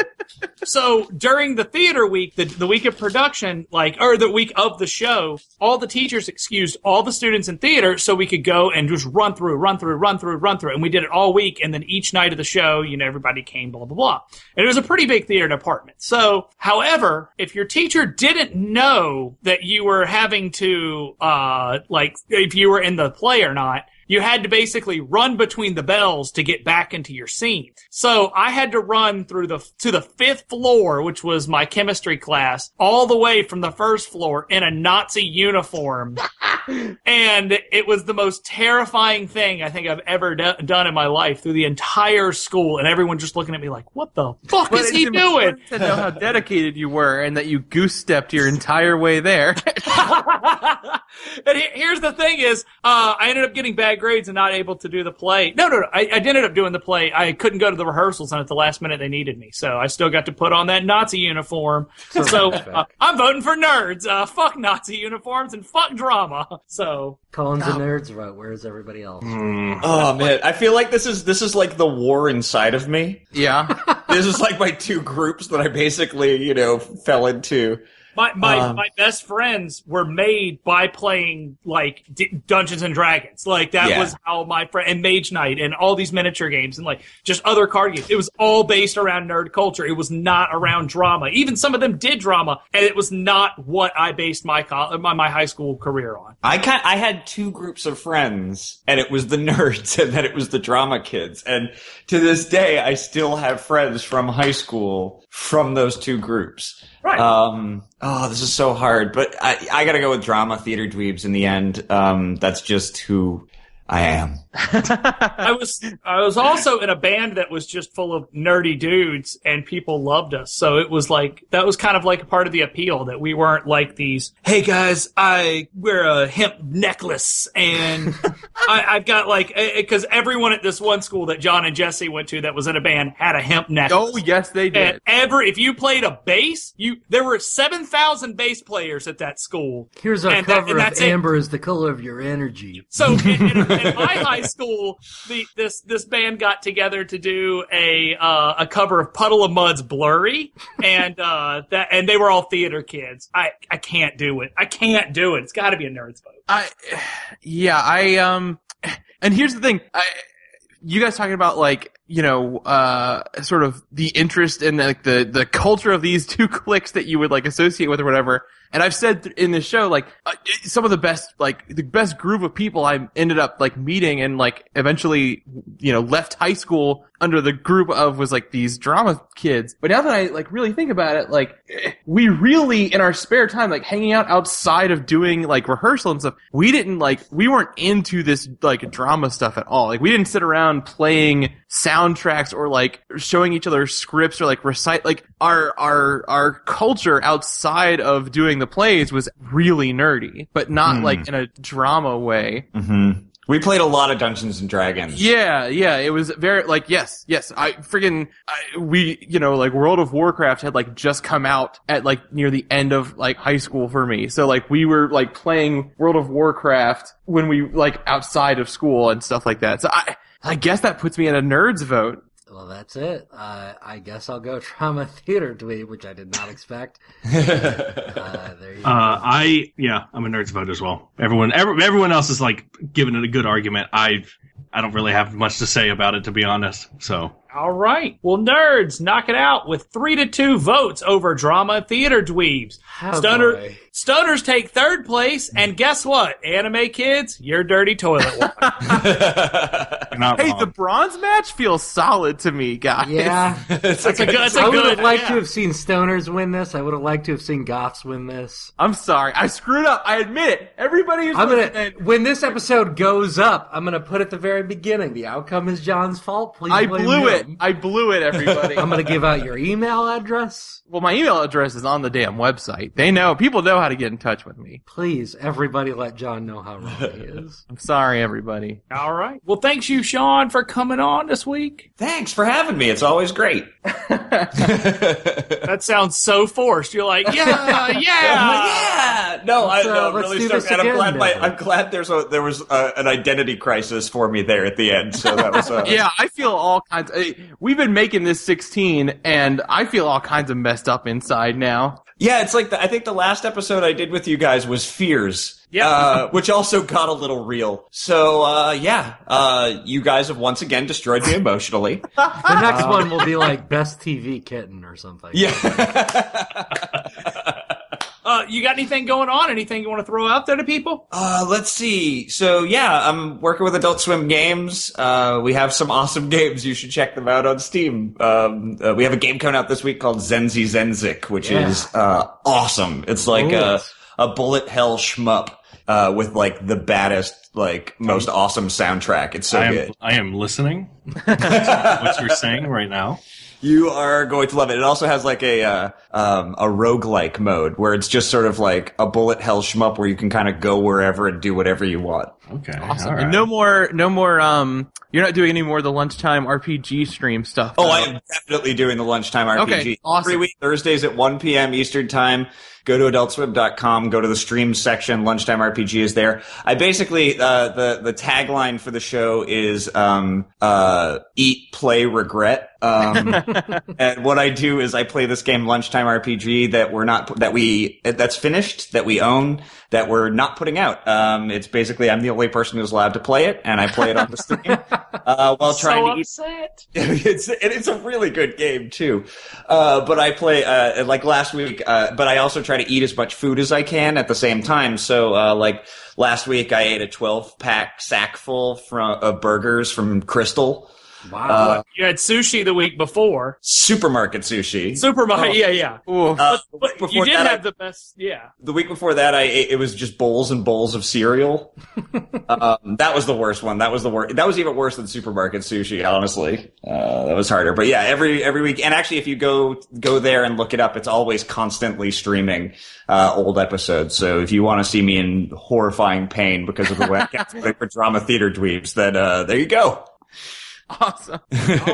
Speaker 3: So during the theater week, the, the week of production, like, or the week of the show, all the teachers excused all the students in theater so we could go and just run through, run through, run through, run through. And we did it all week. And then each night of the show, you know, everybody came, blah, blah, blah. And it was a pretty big theater department. So, however, if your teacher didn't know that you were having to, uh, like, if you were in the play or not, you had to basically run between the bells to get back into your scene. So I had to run through the to the fifth floor, which was my chemistry class, all the way from the first floor in a Nazi
Speaker 5: [LAUGHS]
Speaker 3: uniform, and it was the most terrifying thing I think I've ever do- done in my life through the entire school, and everyone just looking at me like, "What the fuck
Speaker 5: But
Speaker 3: is
Speaker 5: it's
Speaker 3: he doing?"
Speaker 5: important To know how dedicated you were and that you goose stepped your entire way there. [LAUGHS]
Speaker 3: [LAUGHS] and he- here's the thing is uh, i ended up getting bad grades and not able to do the play no no no I, I ended up doing the play i couldn't go to the rehearsals and at the last minute they needed me so i still got to put on that nazi uniform so uh, i'm voting for nerds uh, fuck nazi uniforms and fuck drama so
Speaker 4: Collins and nerds vote. Where's everybody else?
Speaker 6: Mm. Uh,
Speaker 7: Oh man, I feel like this is this is like the war inside of me.
Speaker 3: [LAUGHS]
Speaker 5: yeah.
Speaker 7: This is like my two groups that I basically, you know, fell into.
Speaker 3: my my,
Speaker 7: Um.
Speaker 3: my best friends were made by playing like D- Dungeons and Dragons. Like that
Speaker 7: Yeah.
Speaker 3: was how my friend and Mage Knight and all these miniature games and like just other card games. It was all based around nerd culture. It was not around drama. Even some of them did drama, and it was not what I based my col- my, my high school career on.
Speaker 7: I kind I had two groups of friends, and it was the [LAUGHS] nerds, and then it was the drama kids. And to this day, I still have friends from high school from those two groups.
Speaker 3: Right.
Speaker 7: Um, oh, this is so hard, but I I gotta go with drama theater dweebs in the end. Um, that's just who I am.
Speaker 3: I was I was also in a band that was just full of nerdy dudes and people loved us. So it was like that was kind of like a part of the appeal that we weren't like these, hey guys, I wear a hemp necklace and I, I've got like because everyone at this one school that John and Jesse went to that was in a band had a hemp necklace.
Speaker 5: oh yes, they
Speaker 3: And
Speaker 5: did.
Speaker 3: ever if you played a bass, you there were seven thousand bass players at that school.
Speaker 4: Here's our
Speaker 3: And that-
Speaker 4: cover
Speaker 3: and
Speaker 4: of
Speaker 3: that's it.
Speaker 4: Amber is the color of your energy.
Speaker 3: So in, in, in my high school, the, this this band got together to do a uh, a cover of Puddle of Mud's "Blurry," and uh, that and they were all theater kids. I I can't do it. I can't do it. It's got to be a nerd's vote.
Speaker 5: I, yeah, I um, and here's the thing, I, you guys talking about like you know uh sort of the interest and like the the culture of these [LAUGHS] two cliques that you would like associate with or whatever. And I've said th- in this show like uh, some of the best like the best group of people I ended up like meeting and like eventually you know left high school under the group of was like these drama kids. But now that I like really think about it, like we really in our spare time, like hanging out outside of doing like rehearsal and stuff, we didn't like we weren't into this like drama stuff at all. Like we didn't sit around playing soundtracks or like showing each other scripts or like recite like our our our culture outside of doing the plays was really nerdy, but not like in a drama way.
Speaker 7: Mm-hmm. We played a lot of Dungeons and Dragons.
Speaker 5: [LAUGHS] Yeah, yeah, it was very like yes, yes. I friggin' I, we you know like World of Warcraft had like just come out at like near the end of like high school for me, so like we were like playing World of Warcraft when we like outside of school and stuff like that. So I I guess that puts me in a nerd's vote.
Speaker 4: Well, that's it. Uh, I guess I'll go [LAUGHS] trauma theater dweeb, which I did not expect. uh, there
Speaker 6: [LAUGHS]
Speaker 4: you go.
Speaker 6: Uh, I yeah, I'm a nerd's vote as well. Everyone, every, everyone else is like giving it a good argument. I I don't really have much to say about it to be honest. So
Speaker 3: All right, well, nerds knock it out with three to two votes over drama theater dweebs.
Speaker 4: How
Speaker 3: Stunner,
Speaker 4: boy.
Speaker 3: stoners take third place, and guess what? Anime kids, your dirty toilet. water.
Speaker 4: [LAUGHS]
Speaker 6: you're not
Speaker 5: Hey,
Speaker 6: wrong.
Speaker 5: the bronze match feels solid to me, guys.
Speaker 4: Um, Yeah,
Speaker 7: it's like
Speaker 3: That's a good. That's a
Speaker 4: I would
Speaker 3: good.
Speaker 4: have liked
Speaker 3: yeah.
Speaker 4: to have seen stoners win this. I would have liked to have seen goths win this.
Speaker 5: [LAUGHS] I'm sorry, I screwed up. I admit it. Everybody who's
Speaker 4: I'm gonna
Speaker 5: listening-
Speaker 4: when this episode goes up, I'm gonna put at the very beginning. The outcome is John's fault. Please,
Speaker 5: I
Speaker 4: blame
Speaker 5: blew it.
Speaker 4: him.
Speaker 5: I
Speaker 4: [LAUGHS]
Speaker 5: blew it, everybody.
Speaker 4: I'm gonna give out your email address.
Speaker 5: Well, my email address is on the damn website. They know people know how to get in touch with me.
Speaker 4: Please, everybody, let John know how wrong he is.
Speaker 5: I'm sorry, everybody.
Speaker 3: All right. Well, thanks you, Sean, for coming on this week.
Speaker 7: Thanks for having me. It's always
Speaker 4: [LAUGHS]
Speaker 7: great.
Speaker 3: That sounds so forced. You're like,
Speaker 5: [LAUGHS]
Speaker 3: yeah, yeah.
Speaker 7: yeah. No, I
Speaker 4: Let's, uh,
Speaker 7: no,
Speaker 4: let's
Speaker 7: really
Speaker 4: do
Speaker 7: stoked.
Speaker 4: this
Speaker 7: And I'm
Speaker 4: again,
Speaker 7: glad, my,
Speaker 4: Devin.
Speaker 7: I'm glad there's a, there was uh an identity crisis for me there at the end. So that was
Speaker 4: [LAUGHS]
Speaker 7: uh,
Speaker 5: Yeah, I feel all kinds. eh, We've been making this 16, and I feel all kinds of messed up inside now.
Speaker 7: Yeah, it's like the, I think the last episode I did with you guys was fears.
Speaker 3: Yeah.
Speaker 7: Uh, which also got a little real. So, uh, yeah, uh, you guys have once again destroyed me
Speaker 4: [LAUGHS]
Speaker 7: emotionally.
Speaker 4: The next one will be like best TV kitten or something.
Speaker 7: yeah. [LAUGHS]
Speaker 3: Uh, you got anything going on? Anything you want to throw out there to people?
Speaker 7: Uh, let's see. So yeah, I'm working with Adult Swim Games. Uh, we have some awesome [LAUGHS] games. You should check them out on Steam. Um, uh, we have a game coming out this week called Zenzi Zenzik, which
Speaker 4: Yeah.
Speaker 7: is uh, awesome. It's like
Speaker 4: Ooh.
Speaker 7: a, a bullet hell shmup uh, with like the baddest, like most awesome soundtrack. It's so
Speaker 6: I am
Speaker 7: good.
Speaker 6: I
Speaker 5: [LAUGHS]
Speaker 6: am listening. what you're saying right now.
Speaker 7: You are going to love it. It also has like a uh, um, a roguelike mode where it's just sort of like a bullet hell shmup where you can kind of go wherever and do whatever you want.
Speaker 6: Okay,
Speaker 5: Awesome.
Speaker 6: all right.
Speaker 5: And no more, no more. Um, you're not doing any more of the lunchtime RPG stream stuff.
Speaker 7: Oh,
Speaker 5: though.
Speaker 7: I am definitely doing the lunchtime RPG.
Speaker 5: Uh, Okay, awesome.
Speaker 7: Every week, Thursdays at 1 p.m. Eastern Time. Go to adultswim.com, go to the stream section. Lunchtime RPG is there. I basically, uh, the, the tagline for the show is, um, uh, eat, play, regret.
Speaker 5: [LAUGHS]
Speaker 7: Um, and what I do is I play this game lunchtime RPG that we're not, that we, that's finished, that we own, that we're not putting out. Um, it's basically, I'm the only person who's allowed to play it and I play it on the stream,
Speaker 5: [LAUGHS]
Speaker 7: uh, while trying
Speaker 3: so
Speaker 7: to eat
Speaker 3: upset.
Speaker 7: it's [LAUGHS] and it's a really good game too. Uh, but I play uh, and, like last week. Uh, but I also try to eat as much food as I can at the same time. So uh, like last week, I ate a twelve pack sack full from of burgers from Crystal.
Speaker 4: Wow.
Speaker 3: You had sushi the week before.
Speaker 7: Supermarket sushi.
Speaker 3: Supermarket, yeah, yeah.
Speaker 7: Oh.
Speaker 5: Oof.
Speaker 7: Uh,
Speaker 3: But you
Speaker 7: before
Speaker 3: did
Speaker 7: that, I-
Speaker 3: have the best, yeah.
Speaker 7: the week before that, I ate, it was just bowls and bowls of cereal. um, that was the worst one. That was the worst. That was even worse than supermarket sushi. Honestly, uh, that was harder. But yeah, every every week, and actually, if you go go there and look it up, it's always constantly streaming uh, old episodes. So if you want to see me in horrifying pain because of the way I can't speak for drama theater dweebs, then uh, there you go. [LAUGHS]
Speaker 5: awesome.
Speaker 3: Oh.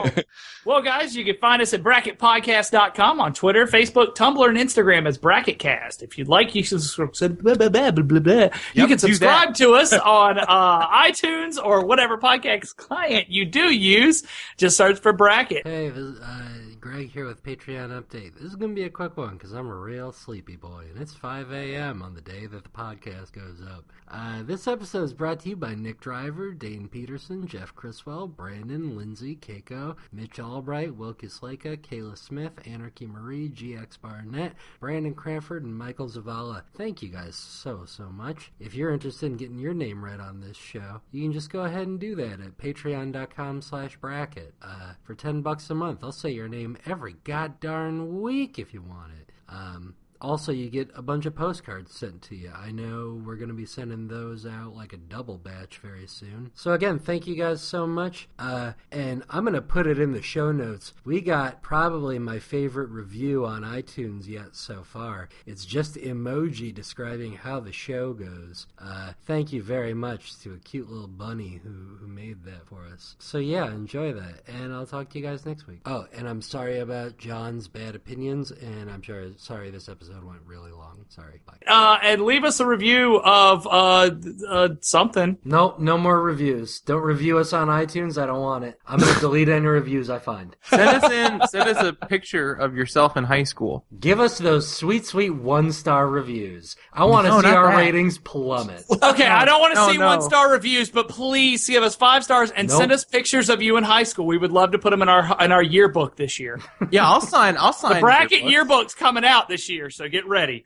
Speaker 3: Well, guys, you can find us at bracketpodcast.com on Twitter, Facebook, Tumblr, and Instagram as BracketCast. If you'd like, you can, subs- blah, blah, blah, blah, blah, blah. you
Speaker 5: Yep,
Speaker 3: can
Speaker 5: do
Speaker 3: subscribe to
Speaker 5: [LAUGHS]
Speaker 3: us on uh, iTunes or whatever podcast client you do use. Just search for Bracket.
Speaker 4: Hey, this, uh, Greg here with Patreon update. This is gonna be a quick one because I'm a real sleepy boy, and it's 5 a.m. on the day that the podcast goes up. Uh, this episode is brought to you by Nick Driver, Dane Peterson, Jeff Criswell, Brandon, Lindsay, Keiko, Mitch Albright, Will Kisleka, Kayla Smith, Anarchy Marie, GX Barnett, Brandon Cranford, and Michael Zavala. Thank you guys so so much. If you're interested in getting your name read on this show, you can just go ahead and do that at patreon.com slash bracket. Uh, for 10 bucks a month, I'll say your name every goddarn week if you want it. Um, also, you get a bunch of postcards sent to you. I know we're going to be sending those out like a double batch very soon. So, again, thank you guys so much. Uh, and I'm going to put it in the show notes. We got probably my favorite review on iTunes yet so far. It's just emoji describing how the show goes. Uh, thank you very much to a cute little bunny who, who made that for us. So, yeah, enjoy that. And I'll talk to you guys next week. Oh, and I'm sorry about John's bad opinions. And I'm sure, sorry this episode went really long. Sorry. Bye.
Speaker 3: Uh, and leave us a review of uh, uh, something.
Speaker 4: No, no more reviews. Don't review us on iTunes. I don't want it. I'm going to [LAUGHS] delete any reviews I find.
Speaker 5: send us in. Send us a picture of yourself in high school.
Speaker 4: Give us those sweet, sweet one star reviews. I want to
Speaker 5: No,
Speaker 4: see
Speaker 5: not
Speaker 4: our
Speaker 5: that.
Speaker 4: ratings plummet.
Speaker 3: Okay, I don't want to
Speaker 5: no,
Speaker 3: see
Speaker 5: no.
Speaker 3: one star reviews, but please give us five stars and
Speaker 4: Nope.
Speaker 3: send us pictures of you in high school. We would love to put them in our in our yearbook this year.
Speaker 5: Yeah, I'll sign. I'll sign.
Speaker 3: The bracket
Speaker 5: yearbooks.
Speaker 3: yearbook's coming out this year, so get ready.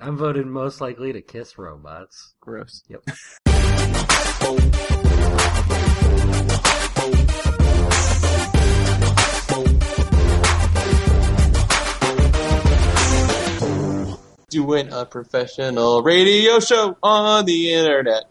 Speaker 4: I'm voted most likely to kiss robots.
Speaker 5: Gross. Doing a professional radio show on the internet.